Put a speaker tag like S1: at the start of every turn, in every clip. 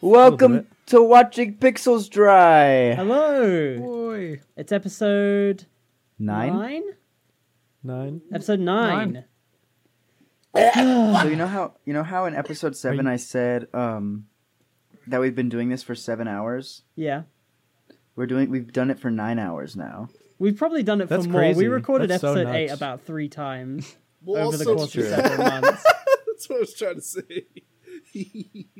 S1: Welcome to Watching Pixels Dry.
S2: Hello.
S3: Boy.
S2: It's episode
S1: Nine.
S2: nine?
S3: Nine.
S2: Episode nine.
S1: So you know how you know how in episode seven I said um that we've been doing this for seven hours.
S2: Yeah.
S1: We're doing we've done it for nine hours now.
S2: We've probably done it
S3: That's
S2: for more. We
S3: crazy.
S2: recorded
S3: That's so
S2: episode eight
S3: nuts.
S2: about three times
S4: Well,
S2: over the
S4: also-
S2: course of
S3: true.
S2: several months.
S4: That's what I was trying to say.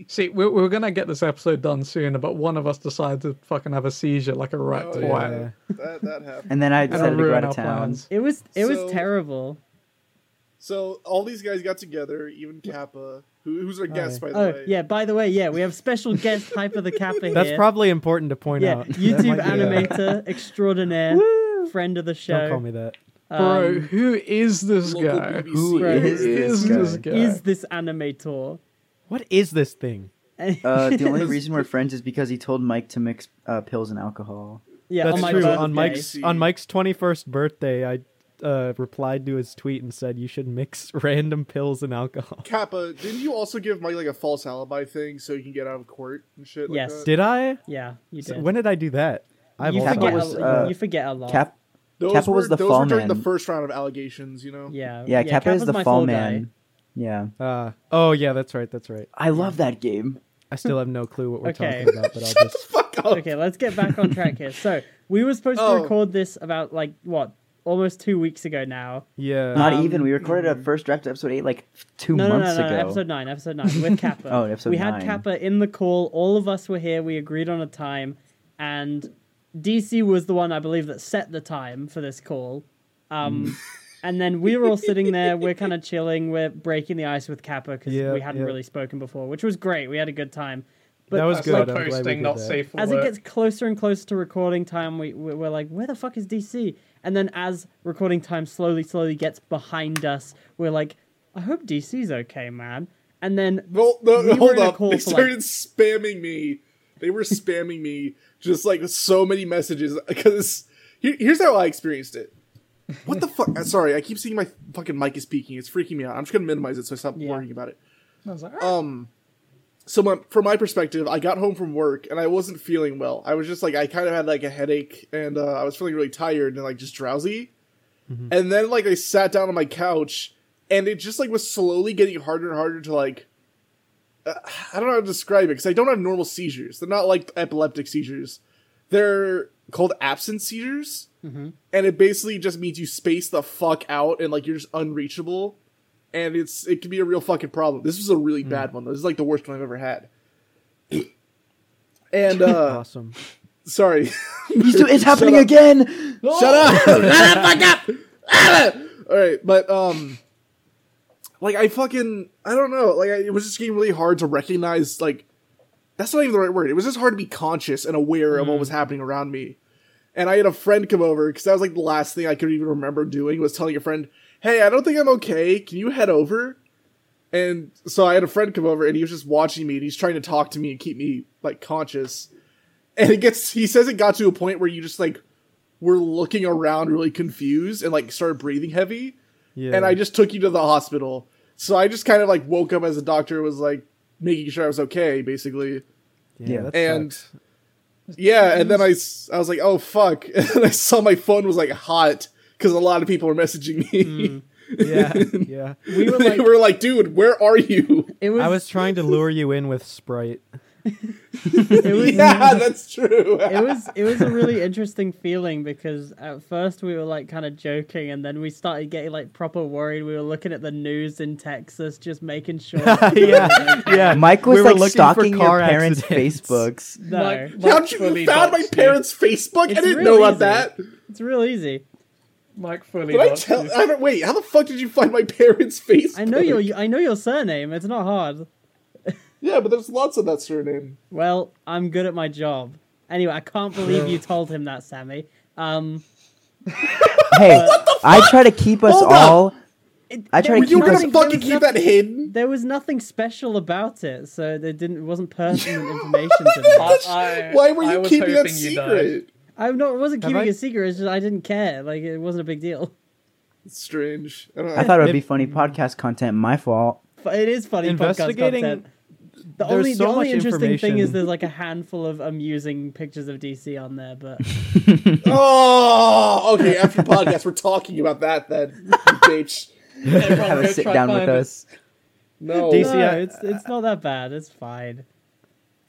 S5: See, we, we were going to get this episode done soon, but one of us decided to fucking have a seizure like a rat
S4: Oh,
S5: twat.
S4: yeah. That, that happened.
S1: And then I
S5: That'll
S1: decided to go out
S5: ruin
S1: of
S5: our
S1: town.
S5: plans.
S2: It was it
S4: So-
S2: was terrible.
S4: So all these guys got together, even Kappa, who, who's our guest, by the
S2: Oh
S4: way.
S2: yeah, by the way, yeah, we have special guest Hyper the Kappa
S3: That's
S2: here.
S3: probably important to point
S2: yeah,
S3: out. That might
S2: YouTube
S3: be a-
S2: animator extraordinaire, friend of the show.
S3: Don't call me that.
S2: um,
S5: Bro, who is this
S4: Local
S5: guy?
S4: BBC.
S5: Who
S2: Bro, who
S5: is
S1: is
S5: this,
S1: this
S5: guy?
S2: is this animator?
S3: What is this thing?
S1: Uh, the only reason we're friends is because he told Mike to mix uh, pills and alcohol.
S2: yeah,
S3: That's
S2: on my
S3: true.
S2: birthday.
S3: On Mike's
S4: See.
S3: on Mike's twenty first birthday, I uh, replied to his tweet and said you should mix random pills and alcohol.
S4: Kappa, didn't you also give Mike like a false alibi thing so he can get out of court and shit? Like
S2: Yes.
S4: that?
S3: Did I?
S2: Yeah, you did.
S3: When did I do that? I've
S2: you
S3: also-
S2: forget,
S1: was,
S2: a,
S1: uh,
S2: you forget a lot.
S1: Cap,
S4: Those
S1: Kappa
S4: were,
S1: was the
S4: those
S1: fall
S4: were during
S1: man.
S4: the first round of allegations, you know.
S2: yeah,
S1: yeah, Kappa is
S2: Kappa's
S1: the
S2: my
S1: fall
S2: fall guy.
S1: man. Yeah,
S3: Uh, oh yeah, that's right. That's right.
S1: I love that game.
S3: I still have no clue what we're
S2: Okay.
S3: talking about, but I'll just.
S4: Fuck off.
S2: Okay, let's get back on track here. So we were supposed
S4: Oh.
S2: to record this about like what almost two weeks ago now.
S3: Yeah.
S1: Not
S2: Um,
S1: even. We recorded a first draft of episode eight like two
S2: No, no, no,
S1: months
S2: no,
S1: ago.
S2: episode nine, episode nine with Kappa.
S1: Oh, episode
S2: we
S1: nine.
S2: had Kappa in the call. All of us were here. We agreed on a time, and DC was the one I believe that set the time for this call.
S1: Mm.
S2: Um, and then we were all sitting there. We're kind of chilling. We're breaking the ice with Kappa because
S3: Yeah,
S2: we hadn't
S3: yeah.
S2: really spoken before, which was great. We had a good time.
S3: that was
S5: That's
S3: good. I'm
S5: Not
S3: glad we
S5: posting,
S3: did
S5: not
S3: that.
S5: safe for
S2: as it
S5: work.
S2: gets closer and closer to recording time, we we- we're like, where the fuck is DC? And then as recording time slowly, slowly gets behind us, we're like, I hope DC's okay, man. And then
S4: Well, no,
S2: We were
S4: hold
S2: in a
S4: up.
S2: call
S4: They
S2: for,
S4: started
S2: like-
S4: spamming me. They were spamming me just like so many messages because here, here's how I experienced it. What the fuck? I'm Sorry, I keep seeing my fucking mic is peaking. It's freaking me out. I'm just gonna minimize it so I stop
S2: Yeah.
S4: worrying about it.
S5: I was like, "Ah."
S6: Oh,
S4: so my, from my perspective, I got home from work and I wasn't feeling well. I was just like I kind of had like a headache and uh, I was feeling really tired and like just drowsy. And then like I sat down on my couch and it just like was slowly getting harder and harder to like uh, I don't know how to describe it because I don't have normal seizures. They're not like epileptic seizures. They're called absent seizures, and it basically just means you space the fuck out and like you're just unreachable and it's it can be a real fucking problem. This was a really bad one. though. This is like the worst one I've ever had. And uh
S3: Awesome.
S4: sorry.
S1: He's do- it's happening again.
S4: Shut up! Shut the fuck up! Ah! All right, but um, like I fucking I don't know. Like I, it was just getting really hard to recognize. Like that's not even the right word. It was just hard to be conscious and aware of what was happening around me. And I had a friend come over because that was like the last thing I could even remember doing was telling a friend, "Hey, I don't think I'm okay. Can you head over?" And so I had a friend come over and he was just watching me and he's trying to talk to me and keep me like conscious. And it gets he says it got to a point where you just like were looking around really confused and like started breathing heavy
S3: Yeah.
S4: and I just took you to the hospital. So I just kind of like woke up as a doctor was like making sure I was okay basically.
S3: Yeah. that
S4: and-
S3: sucks.
S4: Yeah, and then I, s- I was like, "Oh fuck." And I saw my phone was like hot cuz a lot of people were messaging me.
S3: yeah. Yeah.
S2: Hmm. we were
S4: they
S2: like,
S4: were like, "Dude, where are you?"
S2: it was,
S3: I was trying to lure you in with Sprite.
S2: it was,
S4: yeah, that's true.
S2: it was, it was a really interesting feeling because at first we were like kind of joking, and then we started getting like proper worried. We were looking at the news in Texas, just making sure. no,
S3: yeah, yeah.
S1: Mike was
S3: We were
S1: like
S3: looking for
S1: stalking your
S3: car
S1: parents'
S3: accidents.
S1: Facebooks.
S5: Mike- Mike
S4: How'd you
S5: fully
S4: you found my
S5: doxed me.
S4: parents' Facebook?
S2: It's
S4: I didn't
S2: real
S4: know about
S2: easy.
S4: that.
S2: It's real easy.
S5: Mike fully
S4: Did I
S5: doxed
S4: tell?
S5: you.
S4: I don't, wait, how the fuck did you find my parents' Facebook?
S2: I know your, I know your surname. It's not hard.
S4: Yeah, but there's lots of that surname.
S2: Well, I'm good at my job. Anyway, I can't believe you told him that, Sammy. Um,
S1: Hey, I try to keep us
S4: Hold up.
S1: all.
S2: It,
S1: I
S2: there
S1: try to
S2: was
S1: keep
S4: You were
S1: those-
S4: gonna
S2: nothing- there
S4: fucking
S2: was
S4: keep
S2: nothing-
S4: that hidden.
S2: There was nothing special about it, so it didn't. It wasn't pertinent information to me.
S6: I-
S4: Why were
S6: I
S4: you
S6: was
S4: keeping that
S6: hoping you died.
S4: secret?
S2: I'm not. I wasn't
S3: Have
S2: keeping
S3: I-
S2: it secret. It's just I didn't care. Like it wasn't a big deal.
S4: It's strange. I don't.
S1: I thought it would be funny podcast content. My fault.
S2: But it is funny. Podcast
S3: Investigating-
S2: content. The
S3: there's
S2: only,
S3: so
S2: the only
S3: much
S2: interesting thing is
S3: information.
S2: there's like a handful of amusing pictures of DC on there, but
S4: Oh, okay. After podcast, we're talking about that then, you bitch.
S6: Everyone
S1: Have a
S6: go
S1: sit
S6: try
S1: down with
S6: find it.
S1: us.
S4: No.
S3: DC
S2: no,
S3: I-
S2: it's it's not that bad. It's fine.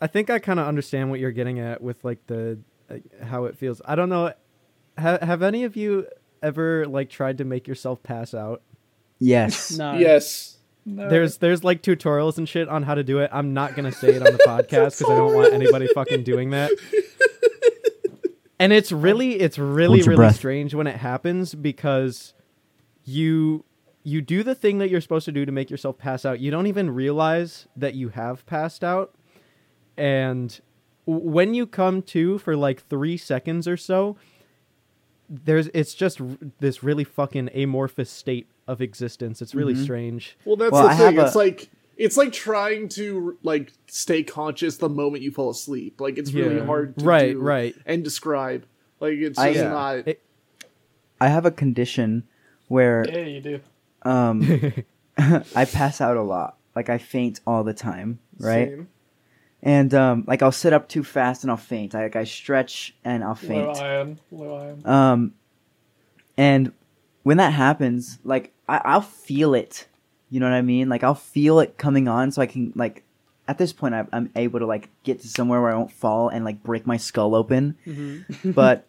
S3: I think I kind of understand what you're getting at with like the uh, how it feels. I don't know. Ha- have any of you ever like tried to make yourself pass out?
S1: Yes.
S2: No.
S4: Yes.
S3: There's there's like tutorials and shit on how to do it. I'm not gonna say it on the podcast because I don't want anybody fucking doing that. And it's really it's
S1: Hold
S3: really
S1: your
S3: really
S1: breath.
S3: strange when it happens because you you do the thing that you're supposed to do to make yourself pass out. You don't even realize that you have passed out. And w- when you come to for like 3 seconds or so, there's it's just r- this really fucking amorphous state of existence. It's
S1: Mm-hmm.
S3: really strange.
S4: Well, that's
S1: Well,
S4: the
S1: I have
S4: thing. It's
S1: a-
S4: like it's like trying to like stay conscious the moment you fall asleep. Like it's really
S3: Yeah.
S4: hard to
S3: Right,
S4: do
S3: right.
S4: and describe. Like it's
S1: I-
S4: just
S1: Yeah.
S4: not.
S3: It-
S1: I have a condition where
S6: Yeah, you do.
S1: um, I pass out a lot. Like I faint all the time, right?
S4: same.
S1: And um, like I'll sit up too fast and I'll faint. I, like I stretch and I'll
S6: Low
S1: faint.
S6: iron, low iron.
S1: Um, and when that happens, like I, I'll feel it. You know what I mean? Like I'll feel it coming on, so I can like. At this point, I, I'm able to like get to somewhere where I won't fall and like break my skull open.
S6: Mm-hmm.
S1: But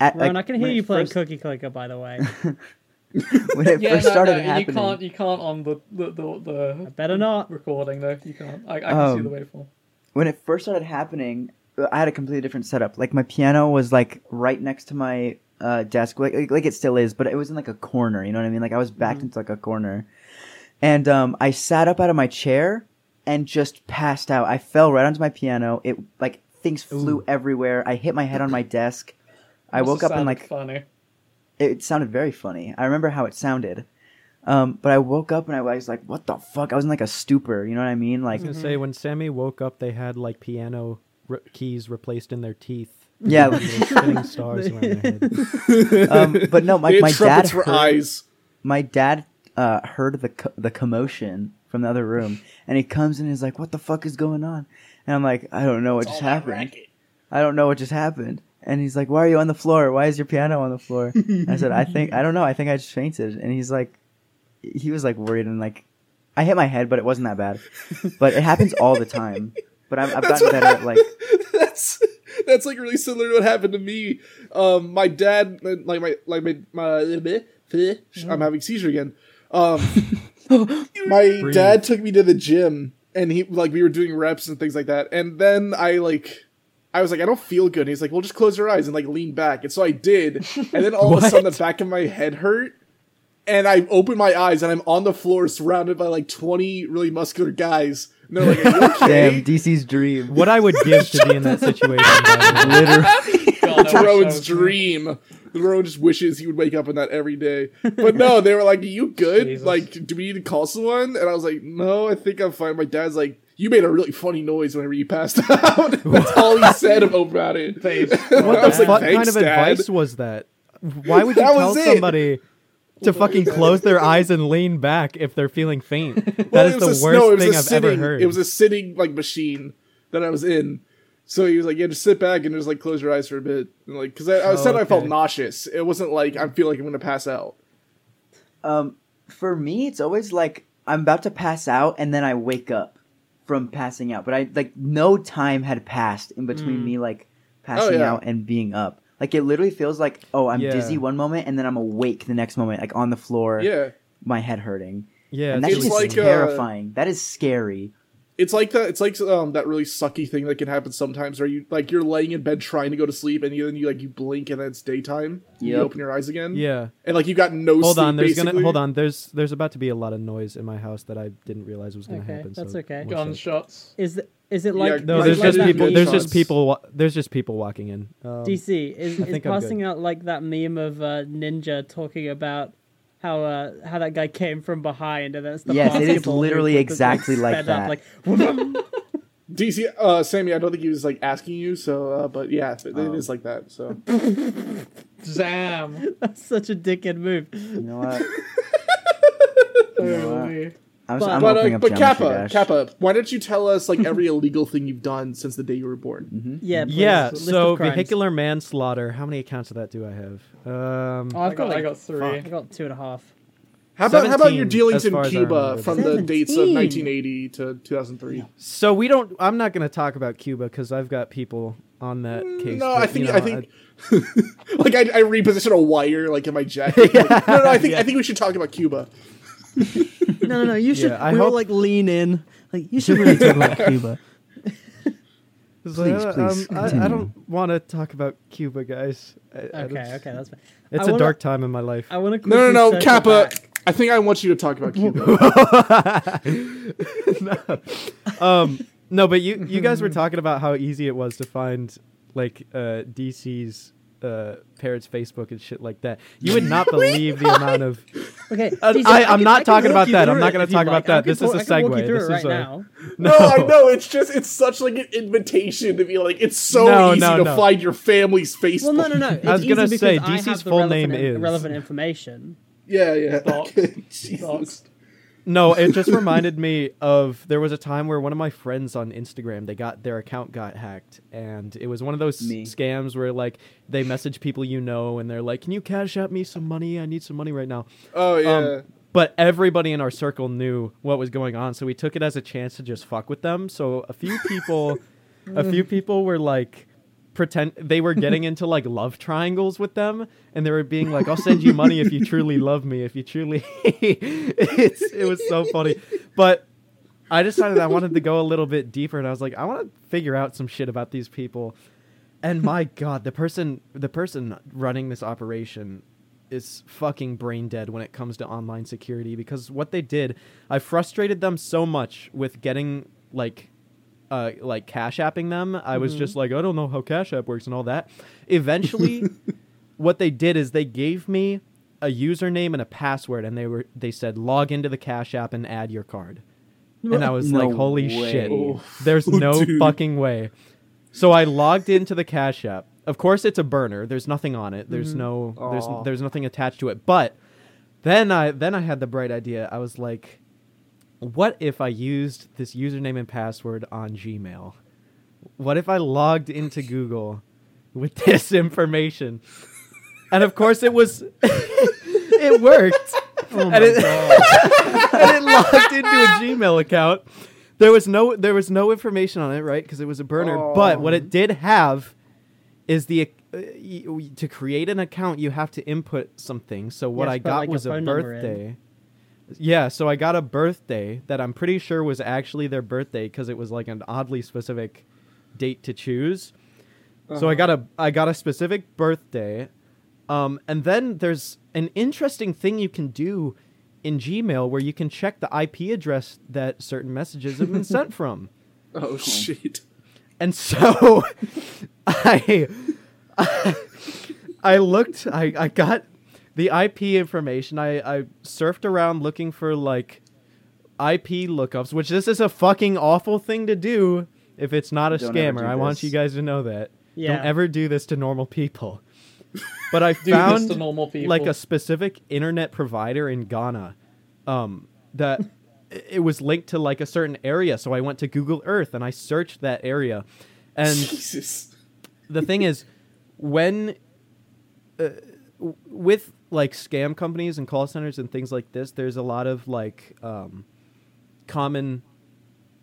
S1: at
S2: Ron,
S1: like,
S2: I can hear
S1: when
S2: you
S1: it
S2: playing
S1: first-
S2: Cookie Clicker, by the way.
S1: when it
S6: Yeah,
S1: first
S6: no,
S1: started
S6: no, you
S1: happening.
S6: can't. You can't on the the the, the
S2: Better not.
S6: recording though. You can't. I, I can see
S1: Um,
S6: the waveform.
S1: when it first started happening, I had a completely different setup. Like my piano was like right next to my uh, desk, like, like like it still is, but it was in like a corner. You know what I mean? Like I was
S6: Mm-hmm.
S1: backed into like a corner, and um, I sat up out of my chair and just passed out. I fell right onto my piano. It like things flew everywhere. I hit my head on my desk. I
S6: Must
S1: woke
S6: have
S1: up and
S6: sounded
S1: like
S6: funny.
S1: it sounded very funny. I remember how it sounded. Um, but I woke up and I was like, "What the fuck?" I was in like a stupor. You know what I mean? Like,
S3: I was gonna
S2: Mm-hmm.
S3: say when Sammy woke up, they had like piano re- keys replaced in their teeth.
S1: yeah.
S3: They were spinning stars around their head.
S1: um, but no,
S4: They
S1: my
S4: had
S1: my dad
S4: trumpets for
S1: heard,
S4: eyes.
S1: my dad uh, heard the co- the commotion from the other room, and he comes in and is like, "What the fuck is going on?" And I'm like, "I don't know what just happened. I don't know what just happened." And he's like, "Why are you on the floor? Why is your piano on the floor?" I said, "I think I don't know. I think I just fainted." And he's like, he was like worried and like, I hit my head, but it wasn't that bad. But it happens all the time. But I've, I've gotten better at like,
S4: that's that's like really similar to what happened to me. Um, my dad, like my like my my. I'm having seizure again. Um, my dad took me to the gym, and he like we were doing reps and things like that. And then I like, I was like, I don't feel good. And he's like, well, just close your eyes and like lean back. And so I did, and then all of a sudden the back of my head hurt. And I open my eyes and I'm on the floor surrounded by like 20 really muscular guys. And they're like, Are you okay?
S1: damn DC's dream.
S3: What I would give to be in that situation. by the way.
S1: Literally.
S6: God, I wish I
S4: Rowan's
S6: was-
S4: dream. Rowan just wishes he would wake up in that every day. But no, they were like, Are you good?
S6: Jesus.
S4: Like, do we need to call someone? And I was like, No, I think I'm fine. My dad's like, You made a really funny noise whenever you passed out. That's all he said about it.
S6: Please.
S4: What
S3: What kind of advice was that? Why would you
S4: That
S3: tell
S4: was it.
S3: somebody to fucking close their eyes and lean back if they're feeling faint? That is the worst thing I've
S4: sitting,
S3: ever heard.
S4: It was a sitting like machine that I was in. So he was like, "Yeah, just sit back and just like close your eyes for a bit." And, like, because I, I said I felt
S3: Oh, okay.
S4: nauseous. It wasn't like I feel like I'm gonna pass out.
S1: Um, for me, it's always like I'm about to pass out and then I wake up from passing out. But I like no time had passed in between me like
S4: Mm.
S1: passing
S4: Oh, yeah.
S1: out and being up. Like it literally feels like oh I'm
S3: Yeah.
S1: dizzy one moment and then I'm awake the next moment, like on the floor,
S4: Yeah,
S1: my head hurting.
S3: yeah,
S1: and that's
S3: it's
S4: it's
S1: just
S4: like, uh,
S1: terrifying. that is scary.
S4: It's like that. It's like um, that really sucky thing that can happen sometimes, where you like you're laying in bed trying to go to sleep, and you, then you like you blink, and then it's daytime. You
S1: Yep.
S4: open your eyes again.
S3: yeah.
S4: and like you got no.
S3: Hold on,
S4: sleep,
S3: there's gonna
S4: basically.
S3: hold on. There's there's about to be a lot of noise in my house that I didn't realize was gonna
S2: Okay,
S3: happen.
S2: that's
S3: so
S2: okay.
S3: watch out.
S6: Gunshots.
S2: Is is it
S4: Yeah,
S2: like
S3: No,
S4: Like-
S3: there's
S4: like
S3: just
S4: that
S3: people.
S4: meme
S3: There's
S4: shots.
S3: just people. wa- There's just people walking in. Um,
S2: DC is,
S3: I
S2: is
S3: think I'm
S2: passing out like that meme of uh, Ninja talking about how uh, how that guy came from behind and that's the
S1: Yes, it is
S2: basketball hoop
S1: literally
S2: that's, like,
S1: exactly like
S2: sped
S1: that.
S2: Up, like,
S4: DC, uh, Sammy, I don't think he was like asking you, so uh, but yeah, it, it
S1: Oh.
S4: is like that. So
S6: Zam.
S2: that's such a dickhead move.
S1: You know what?
S6: Oh,
S1: wow.
S6: dear.
S1: I'm,
S2: But-
S1: I'm
S4: but
S1: opening
S4: uh,
S1: up
S4: but
S1: Geometry
S4: Kappa,
S1: Dash.
S4: Kappa, why don't you tell us like every illegal thing you've done since the day you were born?
S1: Mm-hmm.
S2: Yeah, please,
S3: yeah.
S2: list
S3: So
S2: of crimes.
S3: vehicular manslaughter. How many accounts of that do I have? Um,
S2: Oh,
S6: I
S2: I've got,
S6: got, I
S2: like,
S6: got three.
S2: I got two and a half.
S4: How about how about your
S3: 17,
S4: dealings
S3: as
S4: in
S3: far as I
S4: Cuba
S3: remember.
S4: from the dates of
S2: 17.
S4: 1980 to 2003?
S3: so we don't. I'm not going to talk about Cuba because I've got people on that case.
S4: Mm, No,
S3: that,
S4: I
S3: you
S4: think
S3: know,
S4: I think like I, I reposition a wire like in my jacket. no, no, I think I think we should talk about Cuba.
S2: No, no, no. You should.
S3: Yeah, I
S2: we all
S3: hope-
S2: like lean in. Like you should really talk about Cuba.
S3: Please,
S1: Please, please,
S3: um, I, I don't want to talk about Cuba, guys. I- I don't-
S2: Okay, okay, that's fine.
S3: It's
S2: I
S3: a
S2: wanna-
S3: dark time in my life.
S2: I want to.
S4: No, no, no, Kappa. I think I want you to talk about Cuba.
S3: um, no, but you you guys were talking about how easy it was to find like uh, DC's uh, parents' Facebook and shit like that. You would not believe the amount of.
S2: Okay,
S3: Uh,
S2: Steve,
S3: I- I'm
S2: can-
S3: not
S2: can
S3: talking
S2: walk
S3: about
S2: you
S3: that. I'm
S2: through
S3: not
S2: it
S3: gonna
S2: if you'd
S3: talk about
S2: like. I
S3: that.
S2: can
S3: This is
S2: pull-
S3: a
S2: I can walk you
S3: segue.
S2: through
S3: This
S2: it right
S3: is a-
S2: now.
S4: No, I know. It's just it's such like an invitation to be like it's so
S3: No,
S4: easy
S3: no,
S4: to
S3: no.
S4: find your family's Facebook.
S2: Well, no, no, no. It's
S3: was gonna
S2: easy
S3: say,
S2: because I
S3: DC's
S2: have the
S3: full
S2: relevant
S3: name
S2: in-
S3: is-
S2: relevant information.
S4: Yeah, yeah.
S6: Doxed.
S4: Okay, Jesus.
S6: Doxed.
S3: No, it just reminded me of there was a time where one of my friends on Instagram they got their account got hacked, and it was one of those
S1: Me.
S3: scams where like they message people you know and they're like, "Can you cash out me some money? I need some money right now."
S4: Oh yeah.
S3: Um, but everybody in our circle knew what was going on, so we took it as a chance to just fuck with them. So a few people, a few people were like, pretend they were getting into like love triangles with them, and they were being like, "I'll send you money if you truly love me. If you truly," it's, it was so funny. But I decided I wanted to go a little bit deeper, and I was like, I want to figure out some shit about these people. And my god, the person the person running this operation is fucking brain dead when it comes to online security because what they did, I frustrated them so much with getting like uh, like cash apping them. I was
S1: Mm-hmm.
S3: just like, I don't know how cash app works and all that. Eventually, what they did is they gave me a username and a password, and they were they said log into the cash app and add your card. And I was
S1: No
S3: like, holy
S1: way.
S3: shit,
S1: Oh.
S3: there's no
S4: dude.
S3: fucking way. So I logged into the cash app. Of course, it's a burner. There's nothing on it. There's no there's there's nothing attached to it. But then I then I had the bright idea. I was like, what if I used this username and password on Gmail? What if I logged into Google with this information? And of course, it was it worked. and, it, and it logged into a Gmail account. There was no there was no information on it, right? Because it was a burner. But what it did have is the uh, y- y- to create an account you have to input something. So what
S2: Yes,
S3: I
S2: put,
S3: got
S2: like, your
S3: was a
S2: phone number in.
S3: birthday. Yeah, so I got a birthday that I'm pretty sure was actually their birthday because it was like an oddly specific date to choose. So
S2: Uh-huh.
S3: I got a I got a specific birthday, um, and then there's an interesting thing you can do in Gmail where you can check the IP address that certain messages have been sent from.
S4: oh shit.
S3: And so I, I looked I, I got the IP information. I, I surfed around looking for like IP lookups, which this is a fucking awful thing to do if it's not a
S1: Don't ever
S3: scammer.
S1: do
S3: I want
S1: this.
S3: you guys to know that.
S2: Yeah.
S3: Don't ever do this to normal people. But I
S6: Do
S3: found
S6: this to normal people.
S3: like a specific internet provider in Ghana um, that it was linked to like a certain area. So I went to Google Earth and I searched that area. And
S4: Jesus.
S3: the thing is, when uh, w- with like scam companies and call centers and things like this, there's a lot of like um, common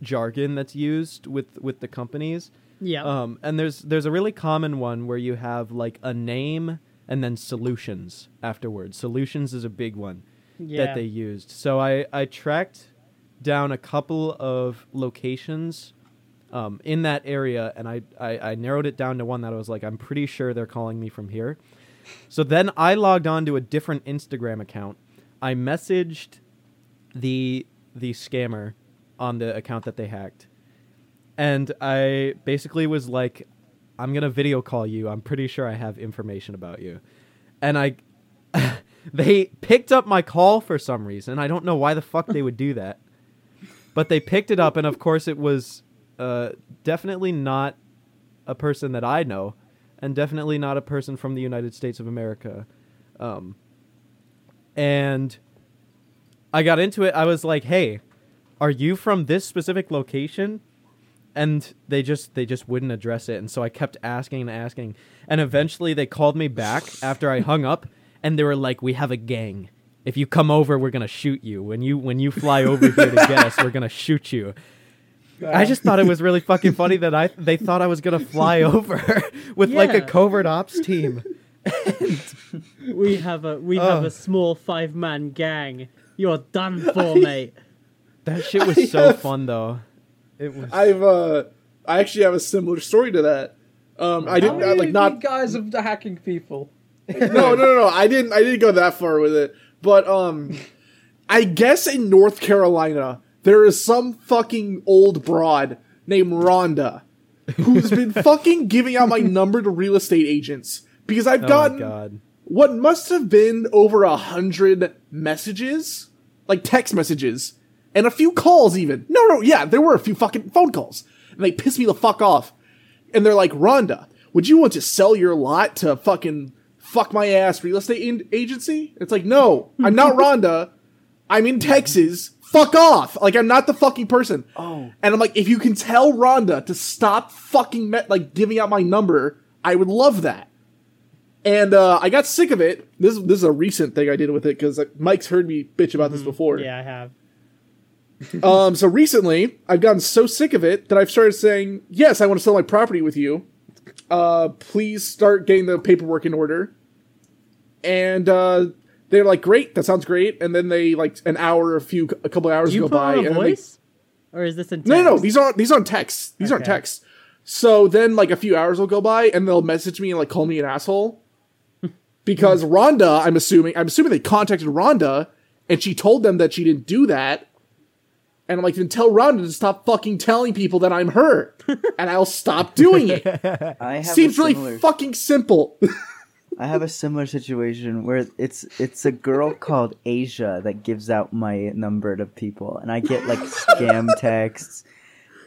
S3: jargon that's used with with the companies.
S2: Yeah.
S3: Um, and there's there's a really common one where you have like a name and then solutions afterwards. Solutions is a big one
S2: Yeah.
S3: that they used. So I I tracked down a couple of locations um, in that area, and I, I I narrowed it down to one that I was like I'm pretty sure they're calling me from here. So then I logged on to a different Instagram account. I messaged the the scammer on the account that they hacked. And I basically was like, I'm gonna video call you. I'm pretty sure I have information about you. And I They picked up my call for some reason. I don't know why the fuck they would do that. But they picked it up, and of course, it was uh, definitely not a person that I know, and definitely not a person from the United States of America. Um, and I got into it. I was like, "Hey, are you from this specific location?" And they just they just wouldn't address it, and so I kept asking and asking, and eventually they called me back after I hung up, and they were like, "We have a gang. If you come over, we're gonna shoot you. When you when you fly over here to get us, we're gonna shoot you." I just thought it was really fucking funny that I they thought I was gonna fly over with like a
S2: Yeah.
S3: covert ops team.
S2: We have a we have
S3: Oh.
S2: a small five man gang. You're done for, mate.
S3: That shit was so fun though. It was.
S4: I've uh, I actually have a similar story to that. Um, I didn't I, like not
S6: guys of the hacking people.
S4: no, no, no, no. I didn't. I didn't go that far with it. But um, I guess in North Carolina there is some fucking old broad named Rhonda who's been fucking giving out my number to real estate agents because I've
S3: oh my
S4: gotten
S3: god.
S4: what must have been over a hundred messages, like text messages, and a few calls even. No, no, yeah, there were a few fucking phone calls. And they pissed me the fuck off. And they're like, Rhonda, would you want to sell your lot to fucking fuck my ass real estate in- agency? It's like, no, I'm not Rhonda. I'm in Texas. Fuck off. Like, I'm not the fucking person. Oh. And I'm like, if you can tell Rhonda to stop fucking, me- like, giving out my number, I would love that and uh, I got sick of it. This this is a recent thing I did with it because like, Mike's heard me bitch about this before.
S2: Yeah, I have.
S4: Um. So recently, I've gotten so sick of it that I've started saying, "Yes, I want to sell my property with you. Uh, please start getting the paperwork in order." And uh, they're like, "Great, that sounds great." And then they like an hour, a few, a couple hours
S2: Do you
S4: go
S2: put
S4: by,
S2: on a
S4: and then they-
S2: voice, or is this in text?
S4: no, no, no, these aren't these aren't texts. These aren't
S2: Okay.
S4: texts. So then, like a few hours will go by, and they'll message me and like call me an asshole because Rhonda. I'm assuming I'm assuming they contacted Rhonda, and she told them that she didn't do that. And I'm like, then tell Rhonda to stop fucking telling people that I'm her, and I'll stop doing it.
S1: I have a
S4: Seems really
S1: similar-
S4: fucking simple.
S1: I have a similar situation where it's it's a girl called Asia that gives out my number to people, and I get like scam texts.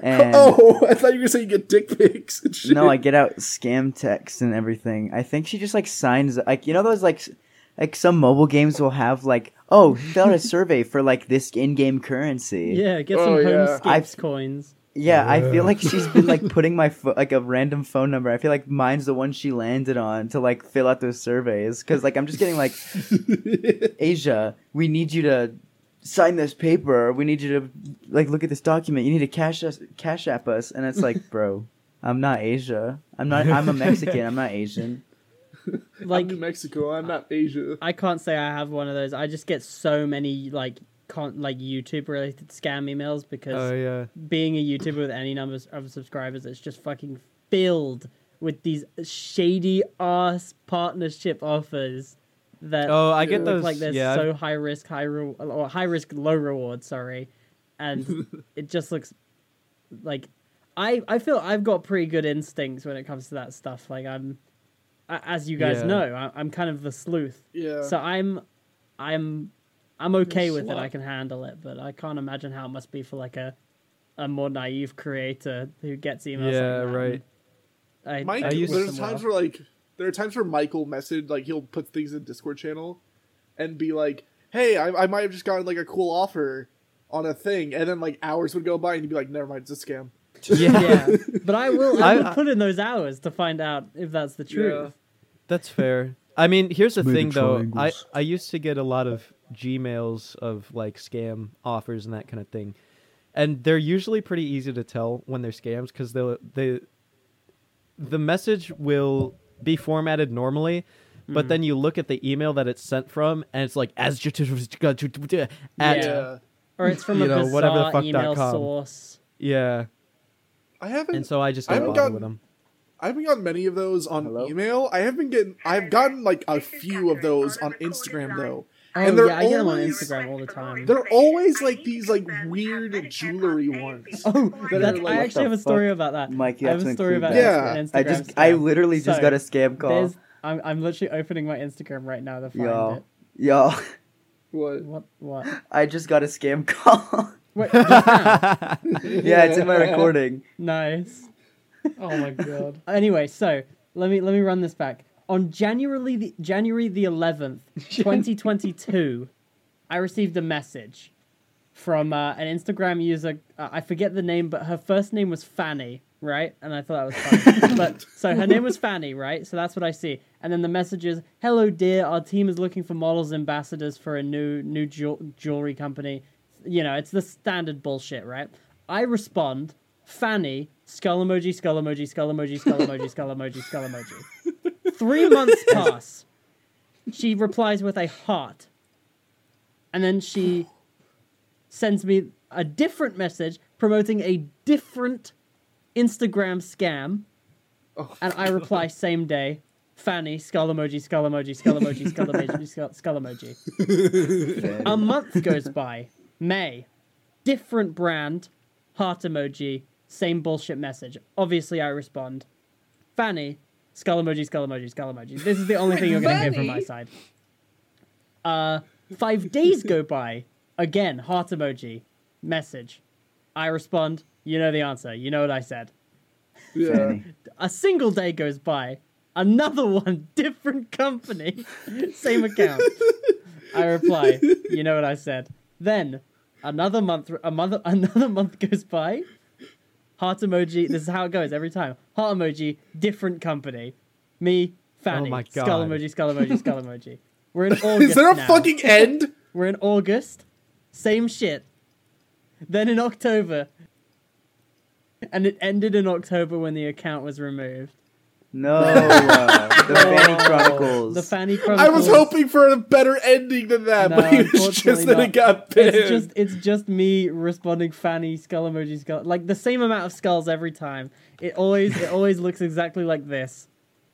S1: And
S4: oh, I thought you were saying you get dick pics. And shit.
S1: no, I get out scam texts and everything. I think she just like signs like you know those like s- like some mobile games will have like oh fill out a survey for like this in-game currency.
S2: Yeah, get
S4: Oh,
S2: some
S4: yeah.
S2: homescapes coins.
S1: Yeah, I feel like she's been like putting my pho- like a random phone number. I feel like mine's the one she landed on to like fill out those surveys because like I'm just getting like, Asia, we need you to sign this paper. We need you to like look at this document. You need to cash us, cash app us, and it's like, bro, I'm not Asia. I'm not. I'm a Mexican. I'm not Asian.
S2: Like
S4: I'm New Mexico. I'm not Asia.
S2: I can't say I have one of those. I just get so many like con- like YouTube related scam emails because
S3: Oh yeah.
S2: being a YouTuber with any numbers of subscribers, it's just fucking filled with these shady ass partnership offers that
S3: Oh, I get
S2: look
S3: those.
S2: like they're
S3: yeah.
S2: so high risk, high re- or high risk, low reward. Sorry, and it just looks like I I feel I've got pretty good instincts when it comes to that stuff. Like I'm, a- as you guys
S3: Yeah.
S2: know, I- I'm kind of the sleuth.
S4: Yeah.
S2: So I'm, I'm, I'm okay with it.
S6: slut.
S2: I can handle it, but I can't imagine how it must be for like a, a more naive creator who gets emails. like
S3: yeah.
S2: that.
S3: Right.
S2: I,
S4: Mike,
S3: I used
S4: there's
S3: to-
S4: times where like there are times where Michael message like he'll put things in Discord channel and be like, "Hey, I, I might have just gotten like a cool offer on a thing," and then like hours would go by and he'd be like, "Never mind, it's a scam."
S3: Yeah.
S2: yeah, but I will. I,
S3: I-
S2: will
S3: I-
S2: put in those hours to find out if that's the truth.
S3: That's fair. I mean, here's the
S1: Maybe
S3: thing though. I
S1: triangles.
S3: I used to get a lot of Gmails of like scam offers and that kind of thing, and they're usually pretty easy to tell when they're scams because they they the message will be formatted normally. But then you look at the email that it's sent from, and it's like as at yeah,
S2: Yeah. Or it's from
S3: You
S2: a
S3: know,
S2: bizarre
S3: whatever the fuck dot
S2: email
S3: com.
S2: source.
S4: I haven't.
S3: and so I just
S4: I
S3: don't
S4: haven't
S3: bother
S4: gotten-
S3: with them.
S4: I haven't gotten many of those on
S1: Hello?
S4: email. I have been getting. I've gotten like a few of those on Instagram though,
S2: Oh,
S4: and they're
S2: yeah, I get them on
S4: always
S2: Instagram all the time.
S4: they're always like these like weird jewelry ones.
S2: Oh,
S4: That
S2: that,
S4: are like,
S2: I
S4: what
S2: actually
S1: the
S2: have a story
S1: fuck?
S2: about that.
S1: Mike, you
S2: I
S1: have
S2: have
S1: to
S2: a story
S1: include
S2: about
S4: that.
S2: an Instagram
S1: I just I
S2: scam.
S1: literally just
S2: So,
S1: got a scam call.
S2: There's, I'm, I'm literally opening my Instagram right now to find
S1: Y'all,
S2: it.
S1: Y'all,
S4: What?
S2: What? What?
S1: I just got a scam call.
S2: Wait, just now.
S1: yeah, it's in my recording.
S2: nice.
S6: Oh my god.
S2: Anyway, so let me let me run this back. On January the January the eleventh, twenty twenty two, I received a message from uh, an Instagram user. Uh, I forget the name, but her first name was Fanny, right? And I thought that was funny. but so her name was Fanny, right? So that's what I see. And then the message is, "Hello, dear. Our team is looking for models ambassadors for a new new jew- jewelry company. You know, it's the standard bullshit, right?" I respond, "Fanny, skull emoji, skull emoji, skull emoji, skull emoji, skull emoji, skull emoji." Three months pass. She replies with a heart, and then she sends me a different message promoting a different Instagram scam. and I reply same day. Fanny, skull emoji, skull emoji, skull emoji, skull emoji, skull, skull emoji. a month goes by. May. Different brand, heart emoji, same bullshit message. Obviously, I respond. Fanny, skull emoji, skull emoji, skull emoji. This is the only thing you're going to hear from my
S6: Fanny?
S2: side. Uh, five days go by. Again, heart emoji, message. I respond, you know the answer. You know what I said.
S4: Yeah.
S1: Fanny.
S2: A single day goes by. Another one, different company, same account. I reply, you know what I said. Then another month, a month, another month goes by. Heart emoji. This is how it goes every time. Heart emoji, different company. Me, Fanny.
S3: my
S2: Skull
S3: God.
S2: emoji, skull emoji, skull emoji. We're in August
S4: Oh Is there a
S2: now.
S4: fucking end?
S2: We're in August. Same shit. Then in October. And it ended in October when the account was removed.
S1: No, uh, the Fanny Chronicles.
S2: The Fanny
S4: I
S2: Chronicles.
S4: was hoping for a better ending than that,
S2: No,
S4: but it was
S2: unfortunately
S4: just that
S2: not.
S4: it got banned.
S2: It's just it's just me responding Fanny skull emoji skull like the same amount of skulls every time. It always it always looks exactly like this.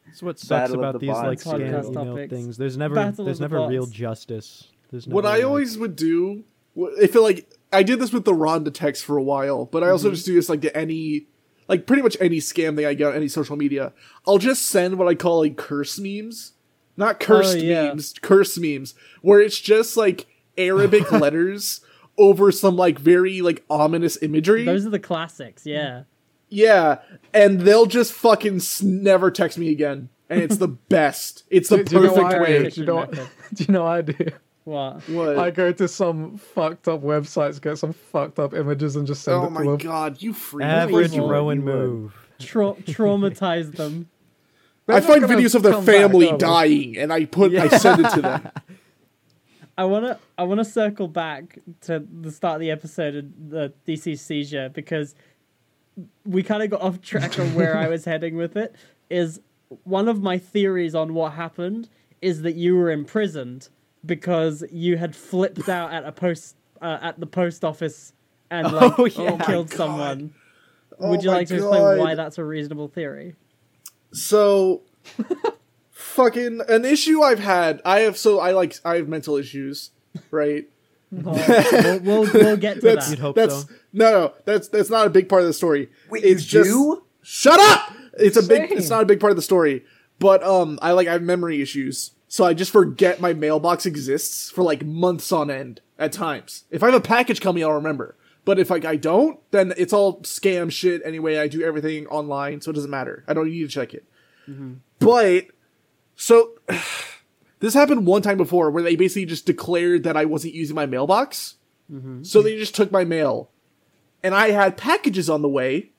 S3: That's what sucks
S1: Battle of
S3: about
S1: the
S3: these like
S1: bots.
S3: scam
S2: Podcast
S3: email
S2: topics.
S3: things. There's never
S2: Battle of
S3: there's
S2: the
S3: never real
S2: bots.
S3: justice. There's
S4: What
S3: never,
S4: I
S3: like-
S4: always would do, wh- I feel like I did this with the Ronda text for a while, but I
S5: Mm-hmm.
S4: also just do this like to any, like pretty much any scam thing I get on any social media. I'll just send what I call like curse memes, not
S5: Oh,
S4: cursed
S2: yeah.
S4: memes, curse memes, where it's just like Arabic letters over some like very like ominous imagery.
S2: Those are the classics, yeah.
S4: Yeah, and they'll just fucking s- never text me again. And it's the best. It's the
S5: Do you know
S4: perfect
S5: what I
S4: way.
S5: do? Do you know what- do you know what I do?
S2: What?
S4: What?
S5: I go to some fucked up websites, get some fucked up images, and just send
S4: oh
S5: it
S4: my
S5: to them.
S4: god, you freak!
S3: average
S2: You would,
S3: Rowan
S1: you would.
S3: move.
S2: Tra- traumatize them.
S4: I find
S5: They're not
S4: videos
S5: gonna
S4: of their
S5: come back,
S4: family
S5: are they?
S4: dying, and I put I send it to them.
S2: I wanna I wanna circle back to the start of the episode of the DC seizure because we kind of got off track on where I was heading with it. Is one of my theories on what happened is that you were imprisoned because you had flipped out at a post uh, at the post office and like
S3: Oh, yeah.
S2: killed
S4: God.
S2: someone.
S4: Oh
S2: Would you
S4: my
S2: like to explain why
S4: God.
S2: that's a reasonable theory?
S4: So, fucking an issue I've had. I have so I like I have mental issues, right?
S2: we'll, we'll, we'll get to
S4: That's
S3: You'd
S2: that.
S3: hope
S4: that's
S3: so.
S4: no no that's that's not a big part of the story.
S1: Wait,
S4: it's
S1: you
S4: just
S1: do?
S4: shut up. It's a big.
S6: Same.
S4: It's not a big part of the story, but um, I like I have memory issues, so I just forget my mailbox exists for like months on end at times. If I have a package coming, I'll remember. But if like I don't, then it's all scam shit anyway. I do everything online, so it doesn't matter. I don't need to check it.
S1: Mm-hmm.
S4: But so this happened one time before where they basically just declared that I wasn't using my mailbox.
S1: Mm-hmm.
S4: So they just took my mail. And I had packages on the way.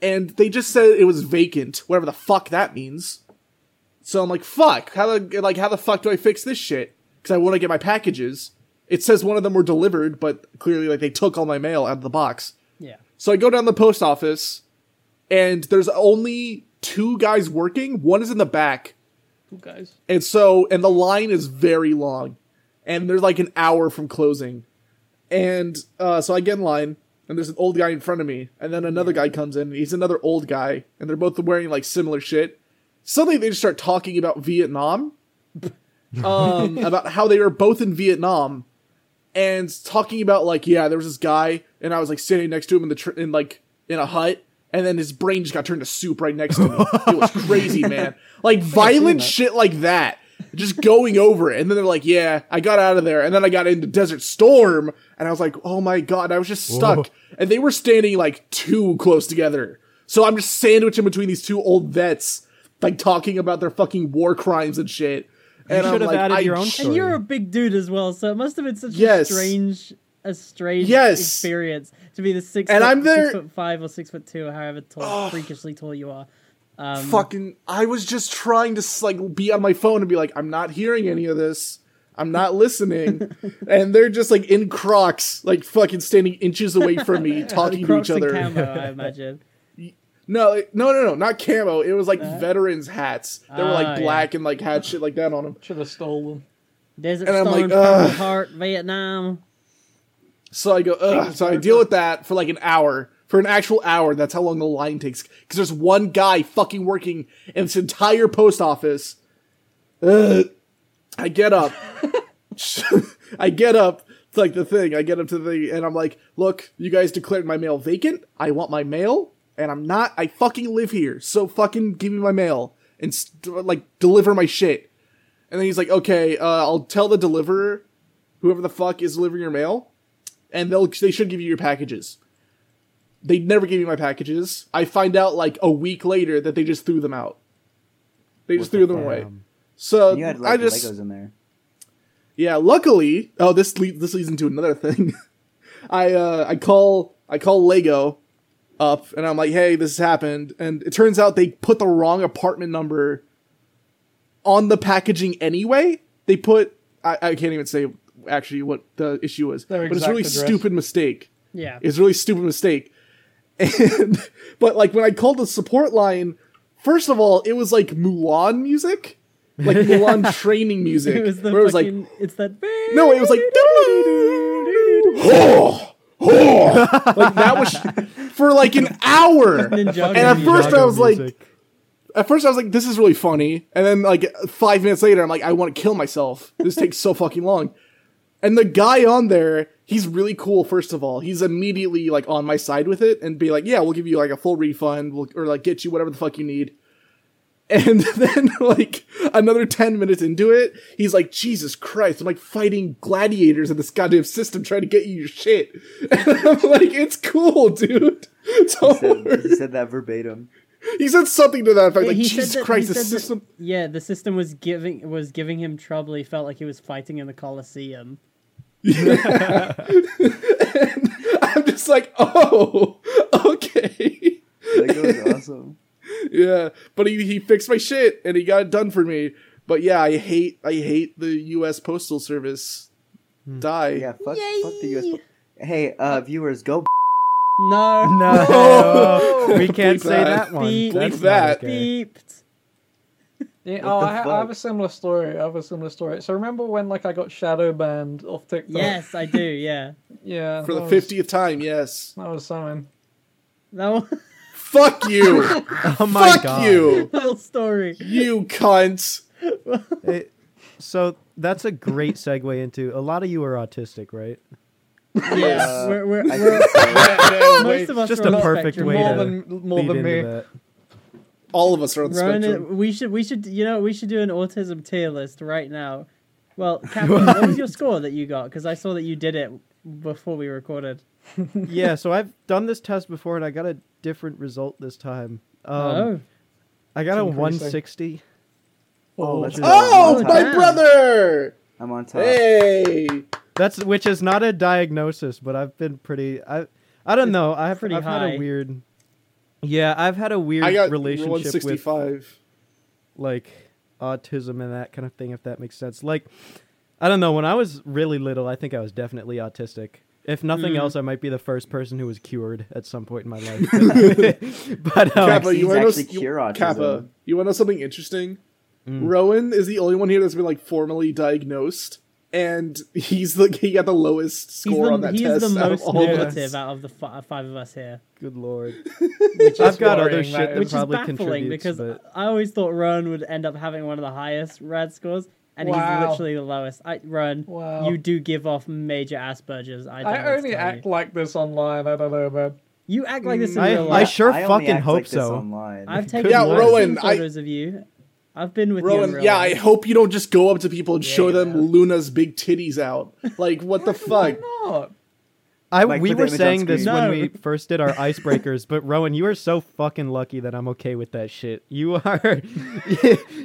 S4: And they just said it was vacant, whatever the fuck that means. So I'm like, fuck, how the like how the fuck do I fix this shit? Because I want to get my packages. It says one of them were delivered, but clearly like they took all my mail out of the box.
S2: Yeah.
S4: So I go down to the post office, and there's only two guys working. One is in the back,
S6: Two guys.
S4: and so, and the line is very long. And there's like an hour from closing. And uh, so I get in line, and there's an old guy in front of me. And then another guy comes in, and he's another old guy. And they're both wearing like similar shit. Suddenly they just start talking about Vietnam, um, about how they were both in Vietnam. And talking about like, yeah, there was this guy, and I was like sitting next to him in the tr- in like in a hut, and then his brain just got turned to soup right next to me. it was crazy, man. Like violent shit like that. just going over it. And then they're like, yeah, I got out of there. And then I got into Desert Storm. And I was like, oh my God, I was just stuck. And they were standing like too close together. So I'm just sandwiched in between these two old vets, like talking about their fucking war crimes and shit. And
S3: should
S4: I'm
S3: have
S4: like,
S3: added
S4: I
S3: your own
S4: j-
S3: story.
S2: And you're a big dude as well, so it must have been such
S4: Yes.
S2: a strange, a strange
S4: Yes.
S2: experience to be the six
S4: And
S2: foot,
S4: I'm there-
S2: six foot five or six foot two, or however tall, freakishly tall you are.
S4: fucking i was just trying to s- like be on my phone and be like i'm not hearing any of this i'm not listening and they're just like in crocs like fucking standing inches away from me talking to
S2: Crocs
S4: each
S2: and
S4: other
S2: camo, I imagine.
S4: no like- no no no not camo it was like veterans hats they were
S2: Uh-huh. Ah,
S4: like
S2: yeah.
S4: black and like had shit like that on them
S5: Should have stolen.
S2: Desert
S4: And I'm
S2: Storm,
S4: like,
S2: Purple
S4: ugh.
S2: Heart, Vietnam.
S4: so i go Ugh. so i deal with that for like an hour for an actual hour that's how long the line takes because there's one guy fucking working in this entire post office Ugh. I get up. I get up. It's like the thing. I get up to the thing and I'm like, look, you guys declared my mail vacant. I want my mail. And I'm not. I fucking live here. So fucking give me my mail and st- like deliver my shit. And then he's like, okay, uh, I'll tell the deliverer, whoever the fuck is delivering your mail, and they'll they should give you your packages. They never gave me my packages. I find out like a week later that they just threw them out. They just threw them away. So
S1: You had like
S4: I just
S1: Legos in there.
S4: yeah, luckily, oh this le- this leads into another thing. I uh I call I call Lego up and I'm like, "Hey, this has happened." And it turns out they put the wrong apartment number on the packaging anyway. They put I, I can't even say actually what the issue was,
S5: Their
S4: but it's
S5: exact
S4: a really
S5: address.
S4: stupid mistake.
S2: Yeah.
S4: It's a really stupid mistake. And but like when I called the support line, first of all, it was like Mulan music. Like Mulan training music.
S2: It was the
S4: where it was like
S2: fucking, it's that.
S4: no, it was like "Oh, oh." like that was for like an hour. And
S2: Ninjago
S4: at first I
S3: Ninjago
S4: was like,
S3: music.
S4: at first I was like, this is really funny. And then like five minutes later, I'm like, I want to kill myself. This takes so fucking long. And the guy on there, he's really cool. First of all, he's immediately like on my side with it and be like, yeah, we'll give you like a full refund, we'll, or like get you whatever the fuck you need. And then like another ten minutes into it, he's like, Jesus Christ! I'm like fighting gladiators in this goddamn system trying to get you your shit. And I'm like, it's cool, dude. Don't
S1: Said,
S4: worry.
S1: he said that verbatim.
S4: He said something to that effect, like
S2: he said
S4: Jesus
S2: that- he
S4: Christ, the
S2: said that-
S4: system.
S2: Yeah, the system was giving was giving him trouble. He felt like he was fighting in the Colosseum.
S4: I'm just like, oh, okay.
S1: Lego was awesome.
S4: yeah. But he, he fixed my shit and he got it done for me. But yeah, I hate I hate the US Postal Service.
S3: Hmm.
S4: Die.
S1: Yeah, fuck, fuck the U.S. po- Hey, uh, viewers, go.
S2: No,
S3: No, we can't
S4: Bleep
S3: say
S4: that.
S3: that one.
S2: Bleep
S3: That's
S4: that.
S3: not okay.
S2: beeped.
S4: Oh.
S5: Yeah,
S1: What
S5: oh,
S1: the
S5: I, ha- I have
S1: fuck?
S5: a similar story. I have a similar story. So remember when like I got shadow banned off TikTok?
S2: Yes, I do. Yeah.
S5: Yeah.
S4: For the
S5: that was-
S4: fiftieth time, yes.
S5: That was something.
S2: That
S4: Fuck you!
S3: Oh my
S4: Fuck
S3: god.
S4: you!
S2: whole story.
S4: You cunt!
S3: It- so that's a great segue into a lot of you are autistic, right?
S2: Yeah,
S1: Uh,
S2: we're, we're,
S1: I
S2: we're,
S1: think so.
S2: most of us
S3: Just
S2: are
S3: a
S2: on the
S3: perfect
S2: spectrum.
S3: way
S5: More
S3: to
S5: than more
S3: Lead
S5: than
S3: uh, into
S5: me.
S3: that.
S4: All of us are on the
S2: Ryan,
S4: spectrum.
S2: we should we should you know we should do an autism tier list right now. Well, Captain, what was your score that you got? Because I saw that you did it before we recorded.
S3: yeah, so I've done this test before and I got a different result this time. Um,
S2: oh,
S3: I got a
S5: Increasing.
S3: 160.
S1: Oh, that's
S4: Oh,
S1: I'm on
S4: my
S1: top.
S2: yeah.
S4: brother!
S1: I'm on top.
S4: Hey!
S3: That's which is not a diagnosis, but I've been pretty. I I don't know. I've,
S2: pretty
S3: I've had
S2: high.
S3: a weird. Yeah, I've had a weird
S4: I got
S3: relationship with
S4: 165.
S3: like autism and that kind of thing, if that makes sense. Like, I don't know. When I was really little, I think I was definitely autistic. If nothing
S2: Mm.
S3: else, I might be the first person who was cured at some point in my life. but
S4: Kappa,
S3: um,
S1: Vaccines
S4: you want to
S1: actually cure autism.
S4: Kappa, you want to know something interesting?
S3: Mm.
S4: Rowan is the only one here that's been like formally diagnosed, and he's the he got the lowest
S2: he's
S4: score on
S2: the,
S4: that
S2: he's
S4: test.
S2: the
S4: out of
S2: most
S4: all of us.
S2: negative out of the fi- five of us here,
S3: good lord,
S5: Which
S3: I've
S5: is
S3: got other
S5: worrying,
S3: shit
S5: that
S3: that
S5: is.
S2: which is
S3: probably
S2: baffling
S3: contributes,
S2: because
S3: but-
S2: I always thought Rowan would end up having one of the highest rad scores, and
S5: Wow.
S2: he's literally the lowest. I, Rowan,
S5: Wow.
S2: you do give off major Aspergers. I, don't know what
S5: I
S2: to
S5: only
S2: tell
S5: act
S2: you.
S5: like this online. I don't know, man.
S2: you act like this in
S3: I,
S2: real
S3: I
S2: life.
S3: sure
S1: I only
S3: fucking
S1: act
S3: hope
S1: like this
S3: so.
S1: Online.
S2: I've
S3: Good
S2: taken
S3: Yeah,
S2: lots of
S4: Rowan, I-
S2: photos of you. I've been with you. in
S4: Rowan,
S2: real
S4: yeah, I
S2: life.
S4: hope you don't just go up to people and show them
S2: Yeah.
S4: Luna's big titties out. Like, what the fuck?
S5: Not.
S3: I
S1: Like,
S3: we
S1: put
S3: were
S1: the image on
S3: saying this
S2: screen.
S3: when
S2: No.
S3: we first did our icebreakers, but Rowan, you are so fucking lucky that I'm okay with that shit. You are,